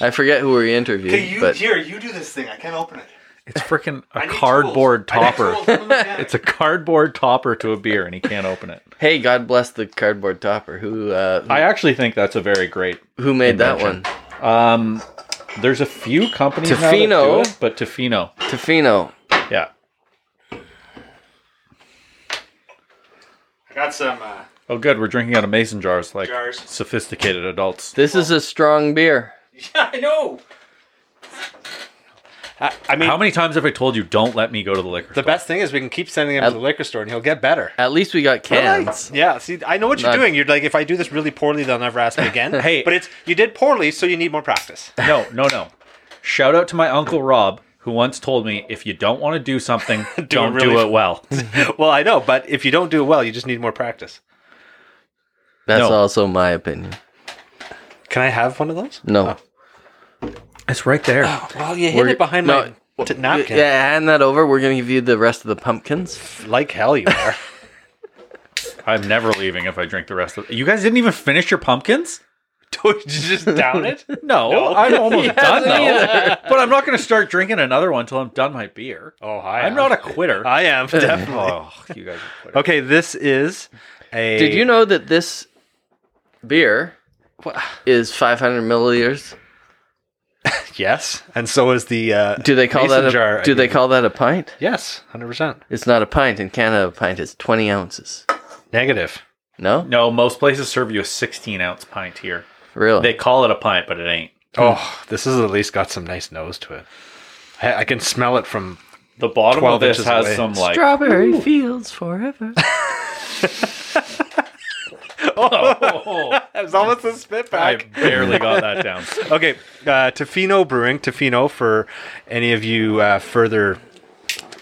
I forget who we interviewed, but
here, you do this thing. I can't open it.
It's freaking a cardboard topper.
topper.
It's a cardboard topper to a beer, and he can't open it.
hey, God bless the cardboard topper. Who uh,
I actually think that's a very great.
who made that one?
invention. Um, there's a few companies now that do
Tofino.
it, but Tofino,
Tofino.
yeah.
I got some. Uh,
Oh, good. We're drinking out of mason jars like
Jars.
sophisticated adults.
This is a strong beer.
yeah, I know. I, I mean,
How many times have I told you don't let me go to the liquor
the
store?
best thing is we can keep sending him to the liquor store and he'll get better.
At least we got cans.
Yeah, see, I know what you're
Not-
doing. You're like, if I do this really poorly, they'll never ask me again.
Hey.
but it's you did poorly, so you need more practice.
No, no, no. Shout out to my uncle Rob, who once told me if you don't want to do something, don't do
really-
it well.
well, I know, but if you don't do it well, you just need more practice.
That's
No.
also my opinion.
Can I have one of those? Oh,
No.
Oh. It's right there.
Well, you hid
We're-
it behind
no,
my t- napkin.
Yeah, hand that over. We're going to give you the rest of the pumpkins.
Like hell, you are.
I'm never leaving if I drink the rest of. You guys didn't even finish your pumpkins.
Don't you just down it?
No,
No.
I'm almost done
hasn't
though. but I'm not going to start drinking another one until I'm done my beer.
Oh, hi.
I'm not a quitter.
I am definitely.
oh, you guys are quitters.
Okay, this is a.
Did you know that this beer is 500 milliliters?
Yes, and so is the. Uh,
Do they call
Mason
that a,
jar
Do they
idea.
call that a pint?
Yes, hundred percent.
It's not a pint in Canada. A pint is 20 ounces.
Negative.
No,
No, most places serve you a 16 ounce pint here.
really?
They call it a pint,
Hmm.
but it ain't.
Oh, this has at least got some nice nose to it. I, I can smell it from
The bottom
12
of this
inches
has
away.
some like
Strawberry fields forever.
That was almost a spit
I barely got that down.
Okay, uh, Tofino Brewing. Tofino, for any of you uh, further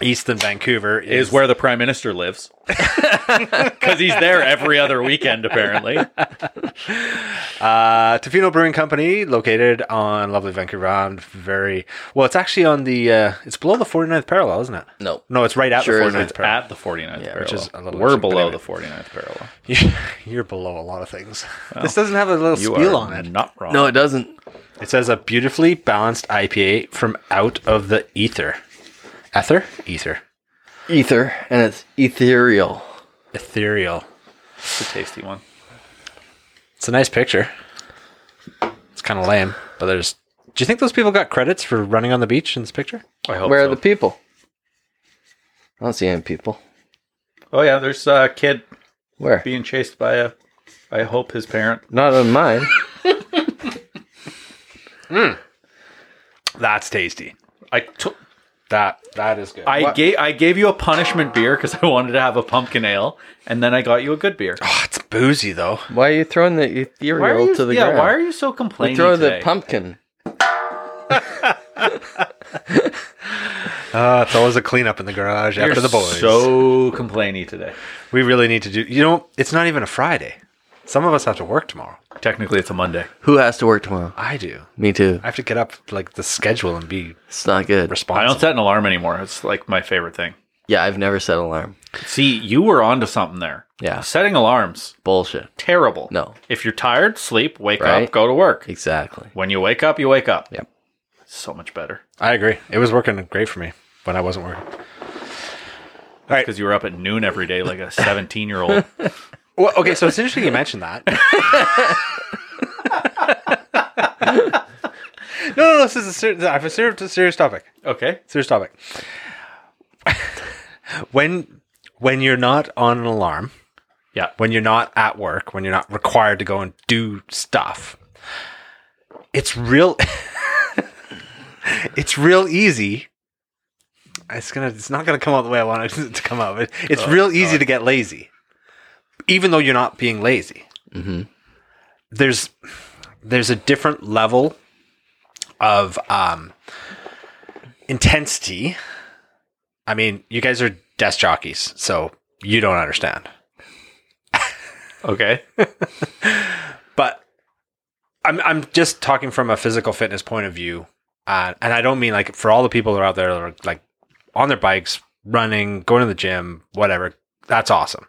east than Vancouver,
Is where the prime minister lives. Because he's there every other weekend, apparently.
Uh, Tofino Brewing Company, located on lovely Vancouver Island. Very well. It's actually on the. Uh, it's below the 49th parallel, isn't it?
No.
No, it's right at
Sure
the
isn't.
49th
It's
parallel.
At the 49th parallel.
which is a little
We're
cheap, but
below
anyway.
the 49th parallel.
You're below a lot of things. this doesn't have a little
You
spiel
are
on it.
not wrong.
No, it doesn't.
It says a beautifully balanced IPA from out of the ether. Ether? Ether.
Ether, and it's ethereal.
Ethereal.
it's a tasty one.
It's a nice picture. It's kind of lame, but there's. Do you think those people got credits for running on the beach in this picture?
I hope
Where
so.
are the people? I don't see any people.
oh, yeah, there's a kid
Where?
being chased by a, I hope his parent.
Not on mine.
That's tasty.
I took.
That that is good.
I gave I gave you a punishment beer because I wanted to have a pumpkin ale, and then I got you a good beer.
oh, it's boozy though.
Why are you throwing the
Why are
ethereal
you,
to the
yeah,
ground?
why are you so complaining?
Throw
today?
the pumpkin.
Uh, it's always a cleanup in the garage
You're
after the boys.
so complainy today.
we really need to do. You know, it's not even a Friday. Some of us have to work tomorrow.
Technically, it's a Monday.
Who has to work tomorrow?
I do.
Me too.
I have to get up like the schedule and be
It's not good.
I
responsible.
don't set an alarm anymore. It's like my favorite thing.
Yeah, I've never set alarm.
See, you were onto something there.
Yeah.
Setting alarms,
Bullshit.
terrible.
No.
If you're tired, sleep, wake
Right.
up, go to work.
Exactly.
When you wake up, you wake up.
Yep.
So much better.
I agree. It was working great for me when I wasn't working.
Because you were up at noon every day like a 17 year old.
Well, okay, so it's interesting you mentioned that. no, no, no. This is a serious. I have a serious, a serious topic.
Okay.
Serious topic. when when you're not on an alarm,
Yeah.
when you're not at work, when you're not required to go and do stuff, it's real. it's real easy. It's gonna. It's not gonna come out the way I want it to come out. But it's real easy to get lazy, even though you're not being lazy. There's there's a different level of um, intensity. I mean, you guys are desk jockeys, so you don't understand.
Okay.
but I'm I'm just talking from a physical fitness point of view, uh, and I don't mean like for all the people that are out there that are like on their bikes, running, going to the gym, whatever. That's awesome.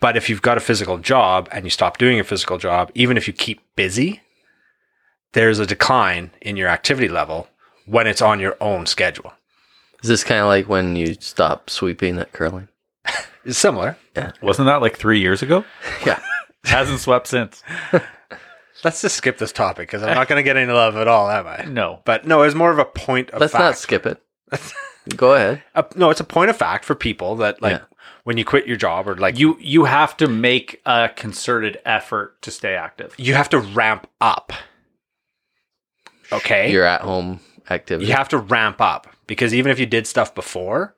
But if you've got a physical job and you stop doing your physical job, even if you keep busy, there's a decline in your activity level when it's on your own schedule.
Is this kind of like when you stop sweeping at curling?
It's similar.
Wasn't that like three years ago?
Yeah.
Hasn't swept since.
Let's just skip this topic because I'm not going to get any love at all, am I?
No.
But no, it's more of a point of
Let's
fact.
not skip it. Go ahead.
a, no, it's a point of fact for people that like
Yeah.
when you quit your job or like you
You you have to make a concerted effort to stay active.
you have to ramp up. Okay,
Your at home activity.
you have to ramp up because even if you did stuff before,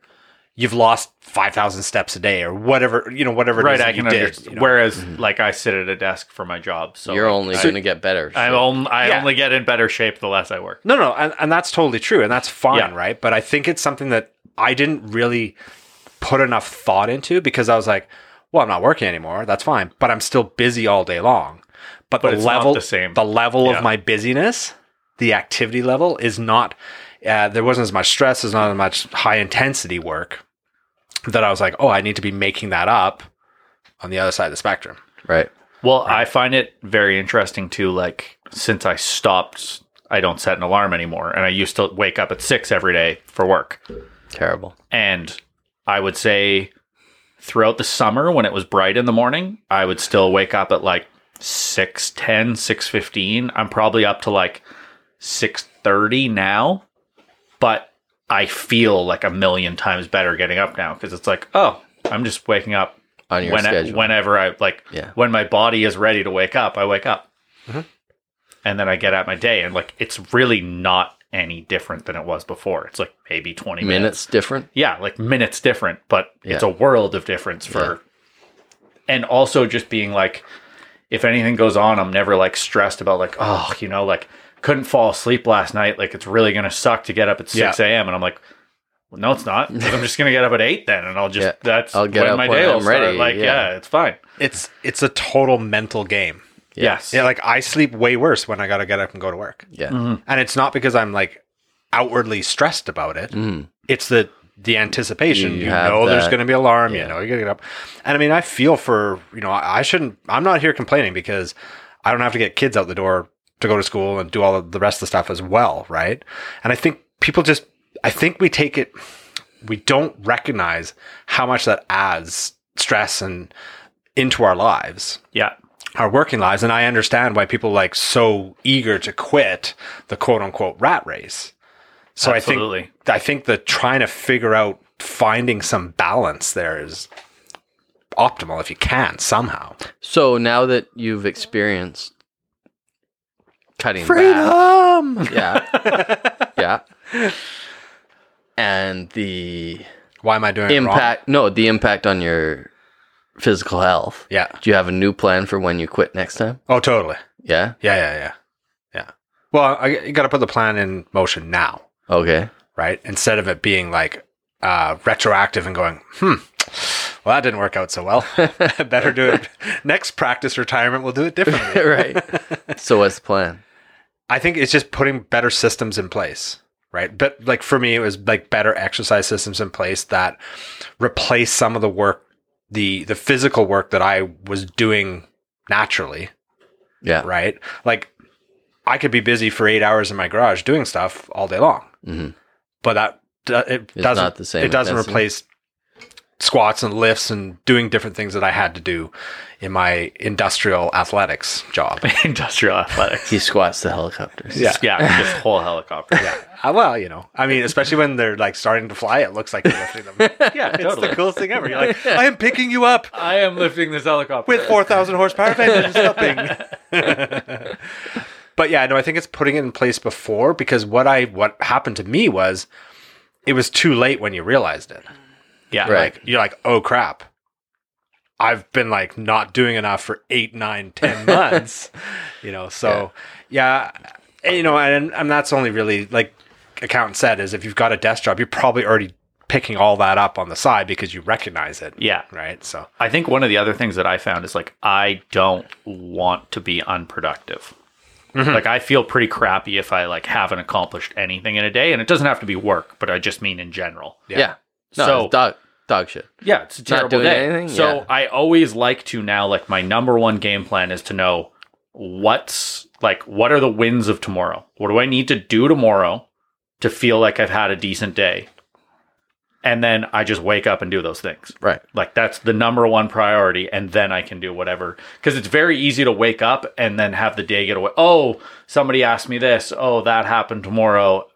you've lost five thousand steps a day or whatever you know whatever it is
Right,
that
I
you
can
did.
understand.
you know. Mm-hmm.
Whereas, like, I sit at a desk for my job, so
You're only
I,
going to get better.
I, only, I
Yeah.
only get in better shape the less I work.
No, no, and, and that's totally true, and that's fine,
Yeah.
right? But I think it's something that I didn't really put enough thought into because I was like, well, I'm not working anymore. That's fine, but I'm still busy all day long. But, the
it's not
level,
the same.
level
Yeah.
of my busyness, the activity level is not. Uh, there wasn't as much stress. There's not as much high intensity work that I was like, oh, I need to be making that up on the other side of the spectrum.
Right.
Well, I find it very interesting too. Like since I stopped, I don't set an alarm anymore, and I used to wake up at six every day for work.
Terrible.
And I would say throughout the summer when it was bright in the morning, I would still wake up at like 6.10, 6.15. I'm probably up to like 6.30 now, but I feel like a million times better getting up now because it's like, oh, I'm just waking up
On your
when
schedule.
whenever I like
Yeah.
when my body is ready to wake up, I wake up. And then I get at my day and like it's really not any different than it was before. It's like maybe 20 minutes.
Minutes different.
Yeah, like minutes different, but it's
Yeah.
a world of difference for. And also just being like, if anything goes on, I'm never like stressed about like, oh, you know, like couldn't fall asleep last night. Like it's really going to suck to get up at
Yeah.
6 a.m. And I'm like, well, no, it's not. 'cause I'm just going to get up at 8 then. And I'll just,
Yeah.
that's
I'll get
when
up
my
when
day will
I'm ready,
start. Like,
yeah.
yeah. it's fine.
It's it's a total mental game.
Yes. Mm-hmm.
Yeah, like I sleep way worse when I gotta get up and go to work.
Yeah.
And it's not because I'm like outwardly stressed about it.
Mm.
It's the the anticipation.
You
You,
have
know there's
that-
gonna be alarm,
yeah.
you know, you gotta get up. And I mean I feel for you know, I, I shouldn't I'm not here complaining because I don't have to get kids out the door to go to school and do all of the rest of the stuff as well, right? And I think people just I think we take it we don't recognize how much that adds stress and into our lives
Yeah.
our working lives and i understand why people like so eager to quit the quote unquote rat race so i
Absolutely.
think i think the trying to figure out finding some balance there is optimal if you can somehow
So now that you've experienced cutting back,
freedom
yeah, yeah, and the
why am i doing it wrong?
impact, no, the impact on your physical health.
yeah
Do you have a new plan for when you quit next time?
oh totally
Yeah.
yeah yeah yeah yeah well I, you gotta put the plan in motion now
Okay.
right? Instead of it being like uh, retroactive and going, hmm, well, that didn't work out so well. Better do it next practice retirement. We'll do it differently.
right. So what's the plan?
I think it's just putting better systems in place, right? But like for me, it was like better exercise systems in place that replace some of the work, the the physical work that I was doing naturally
Yeah.
right? Like I could be busy for eight hours in my garage doing stuff all day long,
Mhm.
but that do- it doesn't
not the same
It doesn't
intensity.
replace squats and lifts and doing different things that I had to do in my industrial athletics job.
Industrial athletics.
He squats the helicopters.
Yeah.
yeah. This whole helicopter. Yeah.
Uh, well, you know, I mean, especially when they're like starting to fly, it looks like you're lifting them. It's
Yeah. totally.
the coolest thing ever. You're like, I am picking you up
I am lifting this helicopter.
with 4,000 horsepower of engine stopping. but yeah, no, I think it's putting it in place before because what I what happened to me was it was too late when you realized it.
yeah.
Right.
Like you're like, oh crap. I've been like not doing enough for eight, nine, ten months. you know, so yeah. and, you know, and, and that's only really like accountant said is if you've got a desk job, you're probably already picking all that up on the side because you recognize it.
Yeah.
Right. So
I think one of the other things that I found is like I don't want to be unproductive. Like I feel pretty crappy if I like haven't accomplished anything in a day, and it doesn't have to be work, but I just mean in general.
Yeah. No,
So-
it's dog dog shit.
Yeah, it's a terrible
doing
day.
anything?
So
Yeah.
I always like to now like my number one game plan is to know what's like what are the wins of tomorrow? What do I need to do tomorrow to feel like I've had a decent day? And then I just wake up and do those things.
Right.
Like that's the number one priority, and then I can do whatever. Because it's very easy to wake up and then have the day get away. Oh, somebody asked me this. Oh, that happened tomorrow.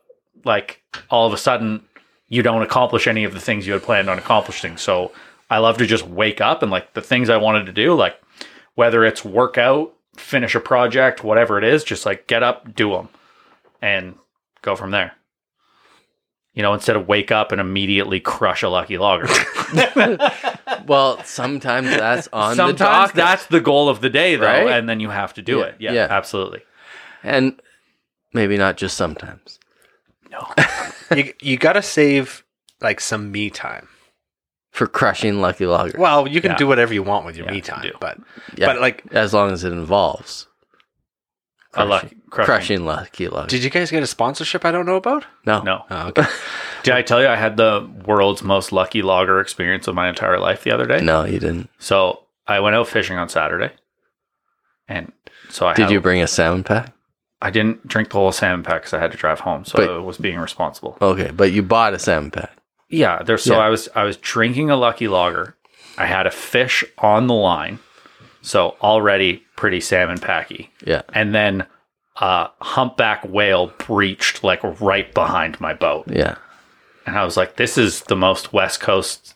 Like all of a sudden, you don't accomplish any of the things you had planned on accomplishing. So I love to just wake up and like the things I wanted to do, like whether it's workout, finish a project, whatever it is, just like get up, do them, and go from there. You know, instead of wake up and immediately crush a lucky logger.
Well, sometimes that's on the
Sometimes
docket.
that's the goal of the day, though,
Right?
and then you have to do
Yeah,
it. Yeah,
yeah.
absolutely.
and maybe not just sometimes.
you, you got to save like some me time.
For crushing Lucky Logger.
Well, you can
Yeah.
do whatever you want with your
Yeah,
me
you
time,
do.
but
Yeah.
but like,
as long as it involves
I like crushing.
crushing Lucky Logger.
did you guys get a sponsorship I don't know about?
no.
No,
Oh, okay.
did I tell you I had the world's most lucky logger experience of my entire life the other day?
No, you didn't.
So I went out fishing on Saturday, and so I
Did
had-
you bring a salmon pack?
I didn't drink the whole salmon pack because I had to drive home, so
But-
I was being responsible.
Okay, but you bought a salmon pack.
Yeah, there. So
Yeah.
I was I was drinking a lucky logger. I had a fish on the line, so already pretty salmon packy.
Yeah.
and then a humpback whale breached like right behind my boat.
Yeah.
And I was like, this is the most West Coast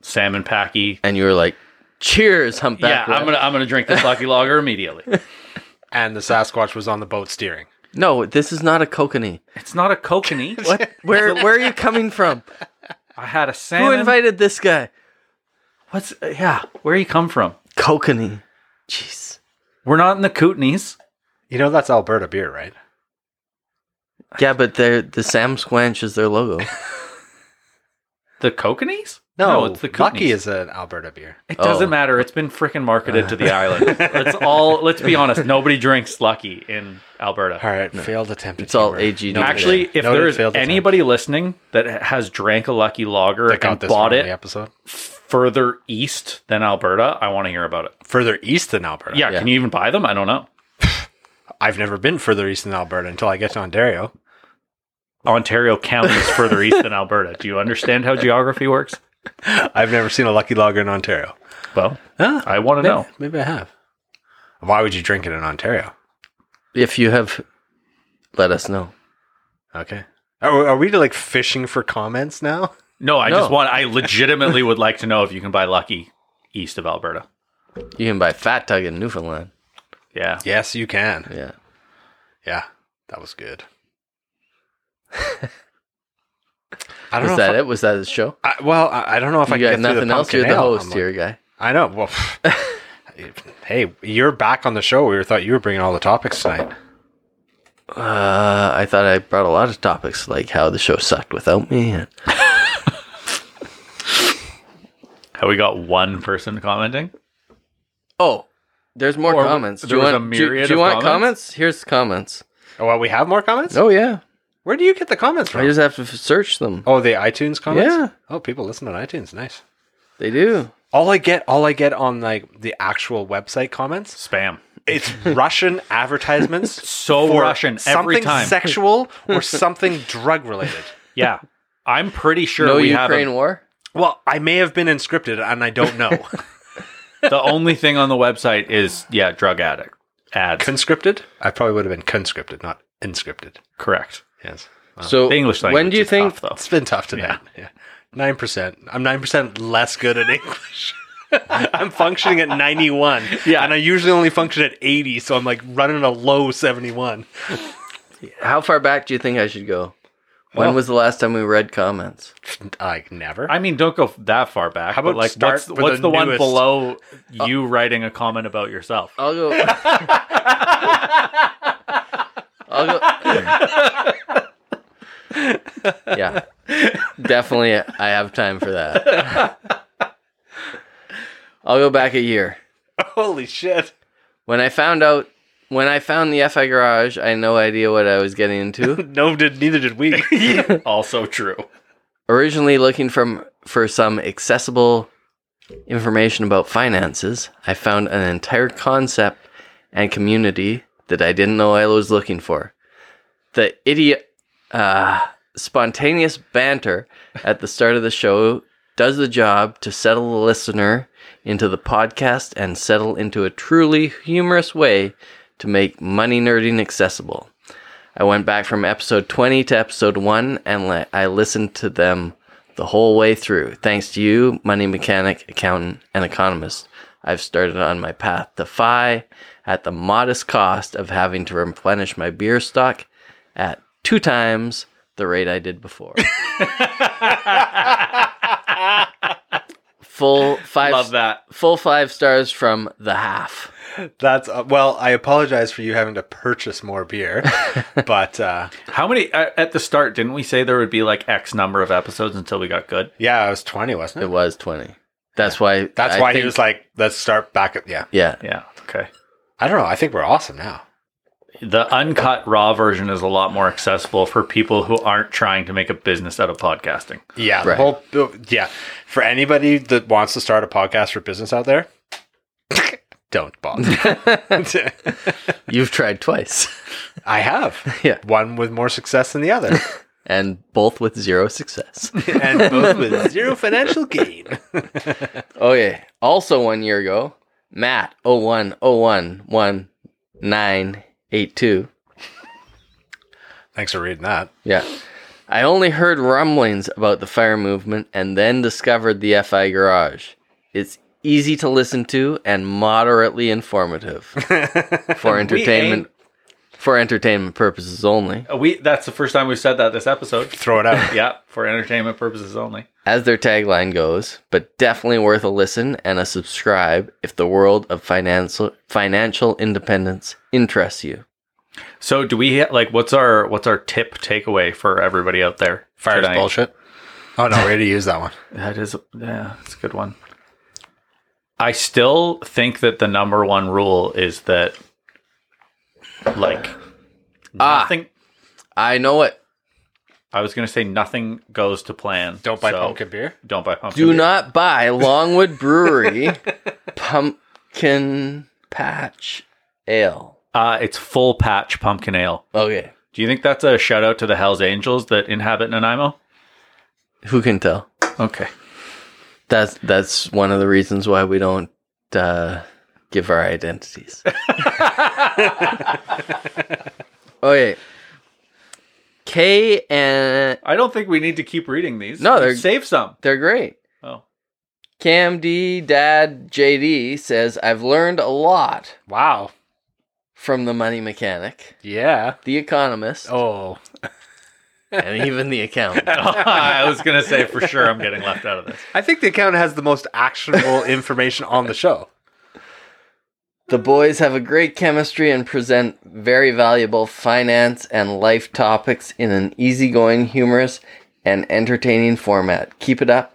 salmon packy.
And you were like, cheers, humpback.
yeah, I'm
whale."
gonna I'm gonna drink this lucky logger immediately.
and the Sasquatch was on the boat steering.
No, this is not a kokanee.
It's not a kokanee.
What? Where where are you coming from?
I had a
Who
salmon.
invited this guy?
What's yeah? Where you come from?
Kokanee. Jeez.
We're not in the Kootenays.
You know that's Alberta beer, right?
Yeah, but they're the Sam Squanch is their logo.
The Kokanees? it's the Kootenays.
Lucky is an Alberta beer.
It
Oh.
doesn't matter. It's been freaking marketed to the island. Let's all let's be honest. Nobody drinks Lucky in Alberta.
All right, failed attempt. at
It's all
humor.
AG.
No,
Actually, if
Noted
there is
failed attempt.
anybody listening that has drank a Lucky Lager
that got
and
this
bought
wrong in the
it
episode
further east than Alberta, I want to hear about it.
further east than Alberta.
Yeah,
Yeah.
can you even buy them? I don't know.
I've never been further east than Alberta until I get to Ontario.
Ontario County is further east than Alberta. Do you understand how geography works?
I've never seen a Lucky Lager in Ontario.
Well,
Huh?
I want to know.
Maybe I have. Why would you drink it in Ontario?
if you have let us know.
Okay. Are, are we like fishing for comments now?
No, I
No.
just want. I legitimately would like to know if you can buy Lucky east of Alberta.
You can buy Fat Tug in Newfoundland.
Yeah,
Yes, you can.
Yeah.
Yeah, that was good. I don't
Was
know.
that
if
it? Was that his show?
I, I- well, I, I don't know if I
You got
can get through
nothing
the
else.
pumpkin
You're the
ale.
host
I'm
here, guy.
I know. Well, hey, you're back on the show. We thought you were bringing all the topics tonight.
Uh, I thought I brought a lot of topics, like how the show sucked without me. and-
how we got one person commenting.
Oh, there's more
Or w-
comments.
there was a myriad
do, you
of
want
comments?
comments? Here's comments.
Oh, well, we have more comments.
Oh yeah,
Where do you get the comments
I
from?
just have to f- search them.
oh, the iTunes comments.
Yeah.
Oh, people listen on iTunes. Nice.
They do.
All I get, all I get on like the actual website comments,
Spam.
it's Russian advertisements.
So
for
Russian every
something
time.
sexual or something drug related.
yeah, I'm pretty sure
no
we
Ukraine
have.
war.
Well, I may have been inscripted and I don't know.
A, the only thing on the website is yeah, drug addict ads.
conscripted? I probably would have been conscripted, not inscripted.
Correct.
Yes.
So
The English language.
When do you
is
think?
tough, though?
It's been tough tonight. Yeah. Nine percent. I'm nine percent less good at English. I'm functioning at 91.
Yeah.
And I usually only function at 80, so I'm like running a low 71.
How far back do you think I should go? When
Well-
was the last time we read comments?
Like never.
I mean, don't go that far back.
How
but,
about
like
start
what's
with
what's
the
the, one
newest- Oh.
below you writing a comment about yourself?
I'll go. I'll go. yeah, definitely. I have time for that. I'll go back a year.
Holy shit.
When I found out, when I found the FI garage, I had no idea what I was getting into.
No did neither did we. Oh.
also true.
Originally looking from for some accessible information about finances, I found an entire concept and community that I didn't know I was looking for. The idiot, uh, spontaneous banter at the start of the show does the job to settle the listener into the podcast and settle into a truly humorous way to make money nerding accessible. I went back from episode 20 to episode 1 and li- I listened to them the whole way through. Thanks to you, money mechanic, accountant, and economist, I've started on my path to FI at the modest cost of having to replenish my beer stock at two times the rate I did before. Full five
Love that.
full five stars from the half.
That's uh, well, I apologize for you having to purchase more beer, but uh,
How many a- at the start? Didn't we say there would be like X number of episodes until we got good?
yeah, I was 20, wasn't
It
it?
was twenty. That's why
That's
I
why
think-
he was like, let's start back at yeah.
Yeah.
Yeah. Okay.
I don't know. I think we're awesome now.
The uncut raw version is a lot more accessible for people who aren't trying to make a business out of podcasting.
Yeah,
Right.
the whole yeah. For anybody that wants to start a podcast for business out there, don't bother.
You've tried twice.
I have.
Yeah.
One with more success than the other.
and both with zero success.
and both with zero financial gain.
okay. Also, one year ago, Matt 010111982.
Thanks for reading that.
Yeah. I only heard rumblings about the fire movement and then discovered the FI Garage. It's easy to listen to and moderately informative for entertainment. for entertainment purposes only.
Uh, We that's the first time we've said that this episode.
Throw it out.
yeah, for entertainment purposes only.
As their tagline goes, but definitely worth a listen and a subscribe if the world of financial financial independence interests you.
So do we like what's our what's our tip takeaway for everybody out there?
Fire's
tonight?
bullshit. Oh no, we already used that one.
That is yeah, it's a good one. I still think that the number one rule is that like
Ah.
nothing
I know it.
I was gonna say nothing goes to plan.
Don't buy
so
pumpkin beer.
Don't buy pumpkin.
Do
beer.
not buy Longwood Brewery pumpkin patch ale.
Uh, it's full patch pumpkin ale.
Okay.
Do you think that's a shout out to the Hell's Angels that inhabit Nanaimo?
Who can tell?
Okay.
That's that's one of the reasons why we don't uh, give our identities. okay. K and
I don't think we need to keep reading these.
No,
Let's
they're-
save some.
they're great.
Oh.
Cam D Dad JD says I've learned a lot
Wow.
from the money mechanic,
Yeah.
the economist,
Oh.
and even the accountant.
I was gonna say for sure I'm getting left out of this.
I think the account has the most actionable information on the show.
The boys have a great chemistry and present very valuable finance and life topics in an easygoing, humorous, and entertaining format. Keep it up.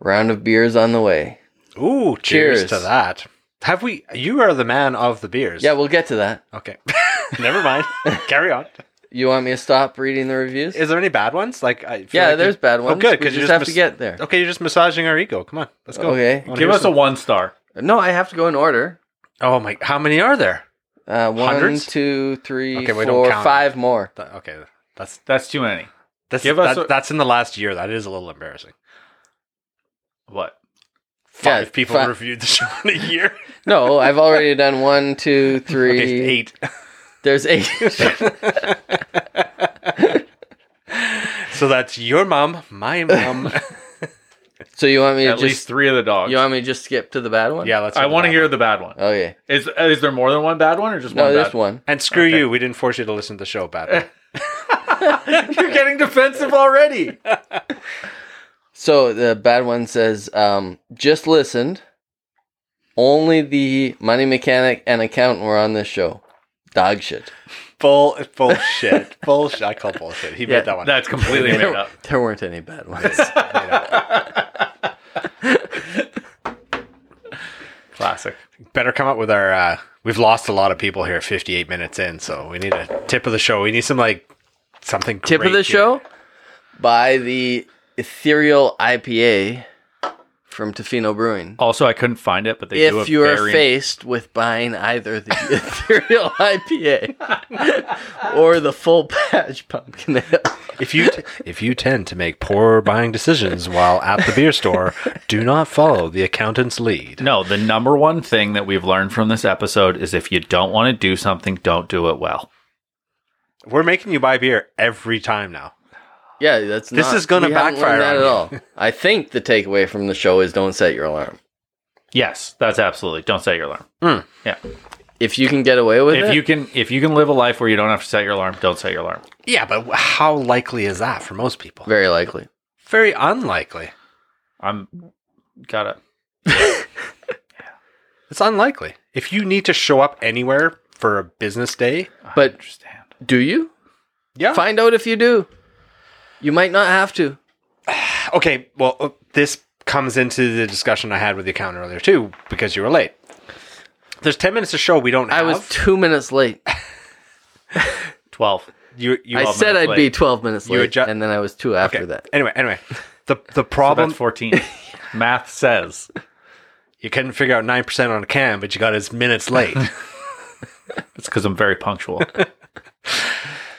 Round of beers on the way.
Ooh,
Cheers.
cheers to that. Have we? You are the man of the beers.
Yeah, we'll get to that.
Okay. Never mind. Carry on.
You want me to stop reading the reviews?
Is there any bad ones? Like, I feel
yeah,
like
there's
you-
bad ones.
Oh, good.
We
Because
just,
you
have to get there.
Okay, you're just massaging our ego. Come on, let's go.
Okay.
I wanna
Give
hear
us a
some-
one star.
No, I have to go in order.
Oh my! How many are there?
Uh, one,
Hundreds?
two, three,
Okay, we don't
four,
count 'em.
five more.
Th- okay, that's
That's too many.
that's
Give us
that-
a-
that's in the last year. That is a little embarrassing.
What?
Yeah,
Five people
fi-
reviewed the show in a year.
No, I've already done one, two, three.
Okay, eight.
There's eight.
So that's your mom, my mom.
so you want me to
At
just
least three of the dogs.
you want me to just skip to the bad one?
yeah, let's.
I want to
that
hear
one.
the bad one.
Okay.
Is is there more than one bad one or just
No,
one?
there's
bad
one.
And screw you. We didn't force you to listen to the show, Batman.
You're getting defensive already.
So the bad one says, um, just listened. Only the money mechanic and accountant were on this show. Dog shit.
Bull, bullshit. bullshit. I call bullshit. He
Yeah,
made that one.
That's completely made
uh,
There,
up.
there weren't any bad ones.
Classic.
Better come up with our. Uh, we've lost a lot of people here. Fifty-eight minutes in, so we need a tip of the show. We need some like something.
Tip
great
of the
here.
show by the Ethereal IPA from Tofino Brewing.
Also, I couldn't find it, but they do a
if you are
very-
faced with buying either the Ethereal IPA or the full patch pumpkin ale.
If you t- if you tend to make poor buying decisions while at the beer store, do not follow the accountant's lead.
No, the number one thing that we've learned from this episode is if you don't want to do something, don't do it well.
We're making you buy beer every time now.
Yeah, that's
This
not-
is gonna
we haven't learned
backfire
that at
on you.
all. I think the takeaway from the show is don't set your alarm.
Yes, that's absolutely. Don't set your alarm. Yeah.
If you can get away with
If
it,
you can if you can live a life where you don't have to set your alarm, don't set your alarm.
Yeah, but how likely is that for most people?
very likely.
Very unlikely.
I'm got it.
It's unlikely. If you need to show up anywhere for a business day,
But
Understand.
do you?
yeah.
Find out if you do. You might not have to.
Okay, well, uh, this comes into the discussion I had with the accountant earlier too, because you were late. There's ten minutes to show we don't
I
have.
was two minutes late.
Twelve.
you, you
I
all-
said I'd
minutes
be
late.
12 minutes
You
late,
adju-
and then I was two after
okay.
that.
Anyway, anyway, the the
So
problem
that's fourteen. Math says.
you couldn't figure out nine percent on a can, but you got his minutes late.
It's because I'm very punctual.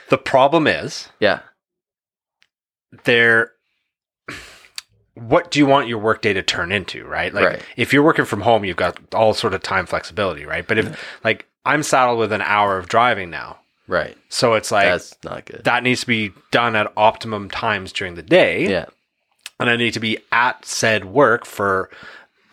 the problem is
Yeah.
there what do you want your workday to turn into right like
Right.
if you're working from home you've got all sort of time flexibility right but if like i'm saddled with an hour of driving now
Right.
so it's like
That's not good.
that needs to be done at optimum times during the day
yeah.
and i need to be at said work for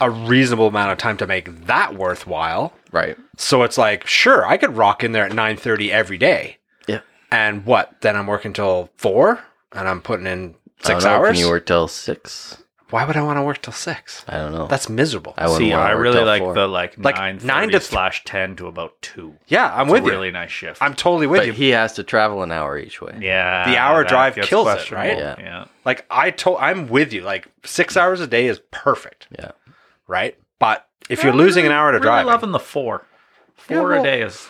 a reasonable amount of time to make that worthwhile
Right.
So it's like, sure, I could rock in there at 9:30 every day.
Yeah.
And what? Then I'm working till 4 and I'm putting in 6 hours.
Can you work till six?
Why would I want to work till 6?
I don't know.
That's miserable.
I wouldn't
See,
wanna
I
work
really
till
like
four.
the like,
Like,
nine
nine
nine
to th-
slash ten to about two.
yeah, I'm
It's
with
a really
you.
nice shift.
I'm totally with
But
you.
he has to travel an hour each way.
yeah,
The hour
that
drive
gets
kills it,
questionable.
right?
Yeah.
yeah.
like I to- I'm with you. Like 6 hours a day is perfect,
Yeah.
right? But if you're losing an hour to
really
driving,
loving the four. Four
well-
a day is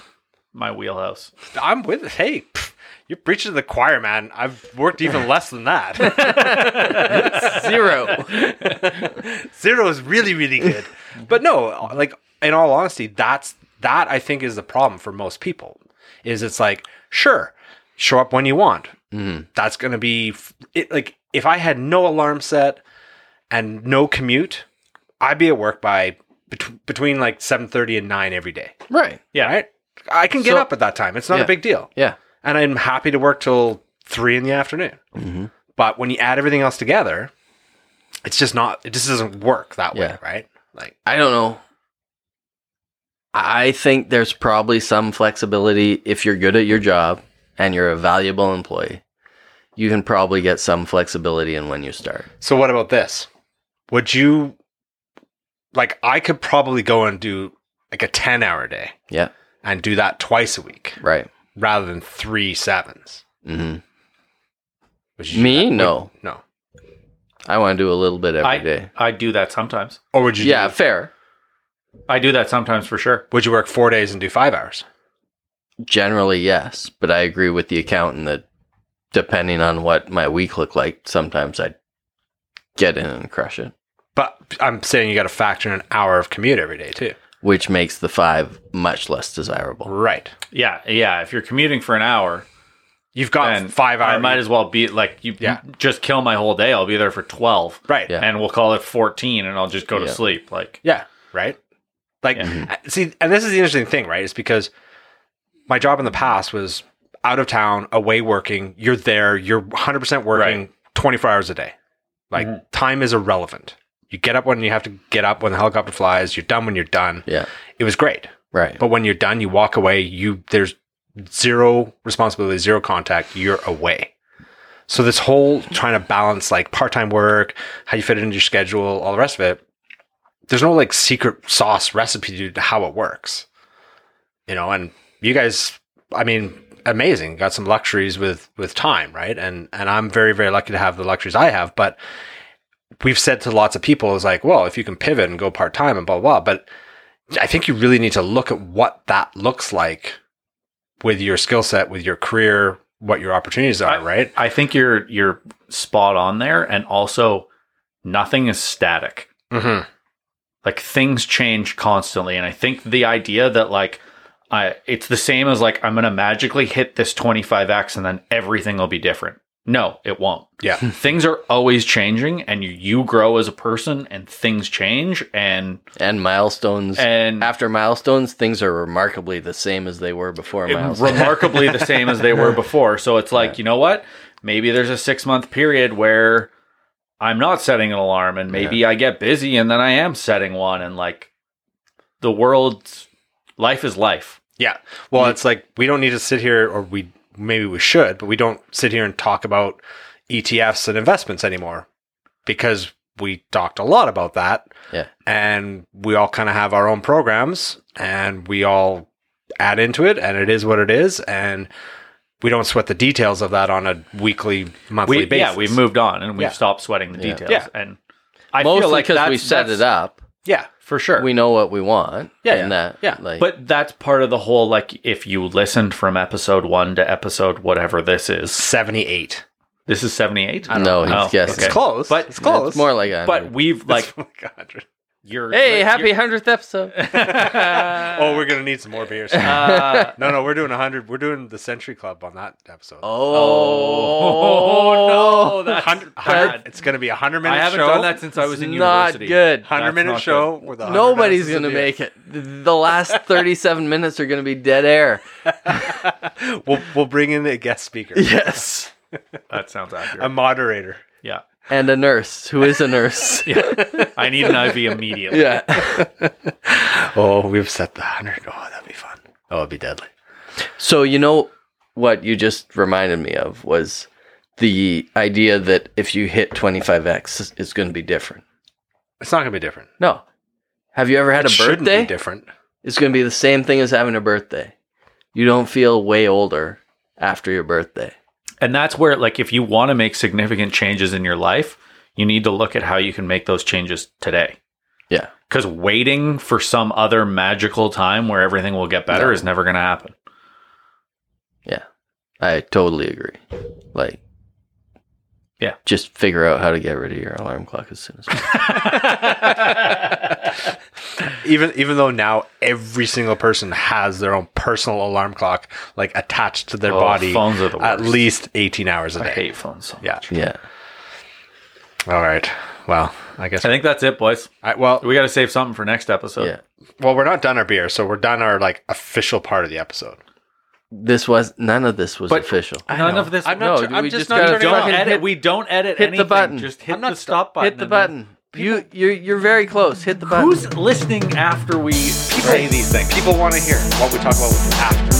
my wheelhouse.
I'm with it. Hey, pff, you're preaching to the choir, man. I've worked even less than that.
Zero.
Zero is really, really good. But no, like in all honesty, that's that I think is the problem for most people. Is it's like sure, show up when you want.
Mm-hmm.
That's gonna be f- it. Like if I had no alarm set and no commute, I'd be at work by bet- between like seven thirty and nine every day.
right.
Yeah,
Right? I can get
So-
up at that time. It's not
Yeah.
a big deal.
Yeah.
and I'm happy to work till three in the afternoon.
Mm-hmm.
But when you add everything else together, it's just not. It just doesn't work that way,
Yeah.
right? Like,
I don't know. I think there's probably some flexibility if you're good at your job and you're a valuable employee. You can probably get some flexibility in when you start.
so what about this? Would you like? I could probably go and do like a ten-hour day
Yeah.
and do that twice a week
Right.
rather than three sevens.
hmm
Would do
Me?
that?
No.
Would- no.
I want to do a little bit every
I
day.
I do that sometimes.
Or would you?
Yeah,
do-
fair.
I do that sometimes for sure.
would you work four days and do five hours?
Generally, yes, but I agree with the accountant that depending on what my week looked like, sometimes I'd get in and crush it,
But I'm saying you got to factor in an hour of commute every day too.
which makes the five much less desirable.
Right.
Yeah, yeah. If you're commuting for an hour,
You've got
then
five hours.
I might as well be like you.
Yeah.
Just kill my whole day. I'll be there for twelve.
right.
Yeah.
And we'll call it fourteen, and I'll just go to
Yeah.
sleep. Like
Yeah. Right. Like, uh, see, and this is the interesting thing, right? It's because my job in the past was out of town, away working. You're there. You're 100% working 24 hours a day. Like, time is irrelevant. You get up when you have to get up when the helicopter flies. You're done when you're done.
Yeah,
It was great.
right.
But when you're done, you walk away. You there's zero responsibility, zero contact. You're away. So this whole trying to balance like part-time work, how you fit it into your schedule, all the rest of it. There's no like secret sauce recipe to how it works. You know, and you guys, I mean, amazing. Got some luxuries with with time, right? And and I'm very very lucky to have the luxuries I have, but we've said to lots of people is like, well, if you can pivot and go part-time and blah blah, blah but I think you really need to look at what that looks like with your skill set, with your career, what your opportunities are, right?
I think you're you're spot on there, and also nothing is static.
Mm-hmm.
like things change constantly and i think the idea that like i it's the same as like i'm going to magically hit this 25x and then everything will be different no it won't
Yeah.
things are always changing and you, you grow as a person and things change and
And milestones.
and
After milestones, things are remarkably the same as they were before milestones.
remarkably the same as they were before so it's like you know what maybe there's a 6 month period where i'm not setting an alarm and maybe i get busy and then i am setting one and like the world's life is life
Yeah.
Mm-hmm.
Well, it's like we don't need to sit here, or we maybe we should, but we don't sit here and talk about ETFs and investments anymore because we talked a lot about that.
Yeah.
And we all kind of have our own programs and we all add into it, and it is what it is. And we don't sweat the details of that on a weekly, monthly
we,
basis.
Yeah, we've moved on and we've
Yeah.
stopped sweating the
Yeah.
details.
Yeah.
And I
Mostly
feel like
because
that's,
we set
that's-
it up.
Yeah.
for sure.
We know what we want.
Yeah,
and that.
yeah.
Like,
but that's part of the whole like if you listened from episode one to episode whatever this is.
78.
This is seventy eight.
no, he's guessing.
okay.
It's close,
But-
It's
it's close. Oh
more like a
But we've like
It's like 100.
you're
hey,
you're-
happy hundredth episode.
oh, we're gonna need some more beers. no,
uh,
no, we're doing hundred. We're doing the Century Club on that episode.
oh, no, that's
100,
bad.
100 it's gonna be a hundred minute
I
show.
haven't done that since I was in
It's
university.
Not good.
Hundred
That's
minute
not
show with a
Nobody's gonna make it. Th- The last thirty-seven minutes are gonna be dead air.
We'll we'll bring in a guest speaker,
Yes.
That sounds accurate.
a moderator.
yeah.
and a nurse who is a nurse.
I need an IV immediately.
yeah.
Oh, we've set the 100. Oh, that'd be fun. Oh, it'd be deadly.
So you know what you just reminded me of was the idea that if you hit 25x, it's going to be different.
It's not going to be different.
No. Have you ever had a
It shouldn't
birthday?
be different.
it's going to be the same thing as having a birthday. You don't feel way older after your birthday.
And that's where, like, if you want to make significant changes in your life, you need to look at how you can make those changes today.
Yeah.
Because waiting for some other magical time where everything will get better
No.
is never going to happen.
I totally agree. Like,
Yeah.
Just figure out how to get rid of your alarm clock as soon as possible.
even even though now every single person has their own personal alarm clock like attached to their
Oh,
body
phones are the
at
worst.
least 18 hours a
I
day
hate phones. So
yeah
yeah.
all right well i guess
I think that's it, boys.
I, well
We got to save something for next episode.
Yeah.
well we're not done our beer so we're done our like official part of the episode
This was none of this was
But-
official.
None of this.
i'm not
No,
tur- i'm
we
just,
just
not
gotta
turning it
don't
fucking
off.
edit.
hit-
we don't edit
hit the
anything.
button.
Just hit
I'm not
the stop button.
Hit the
and then-
button. You you're you're very close. Hit the button.
Who's listening after we
say these things people want to hear what we talk about after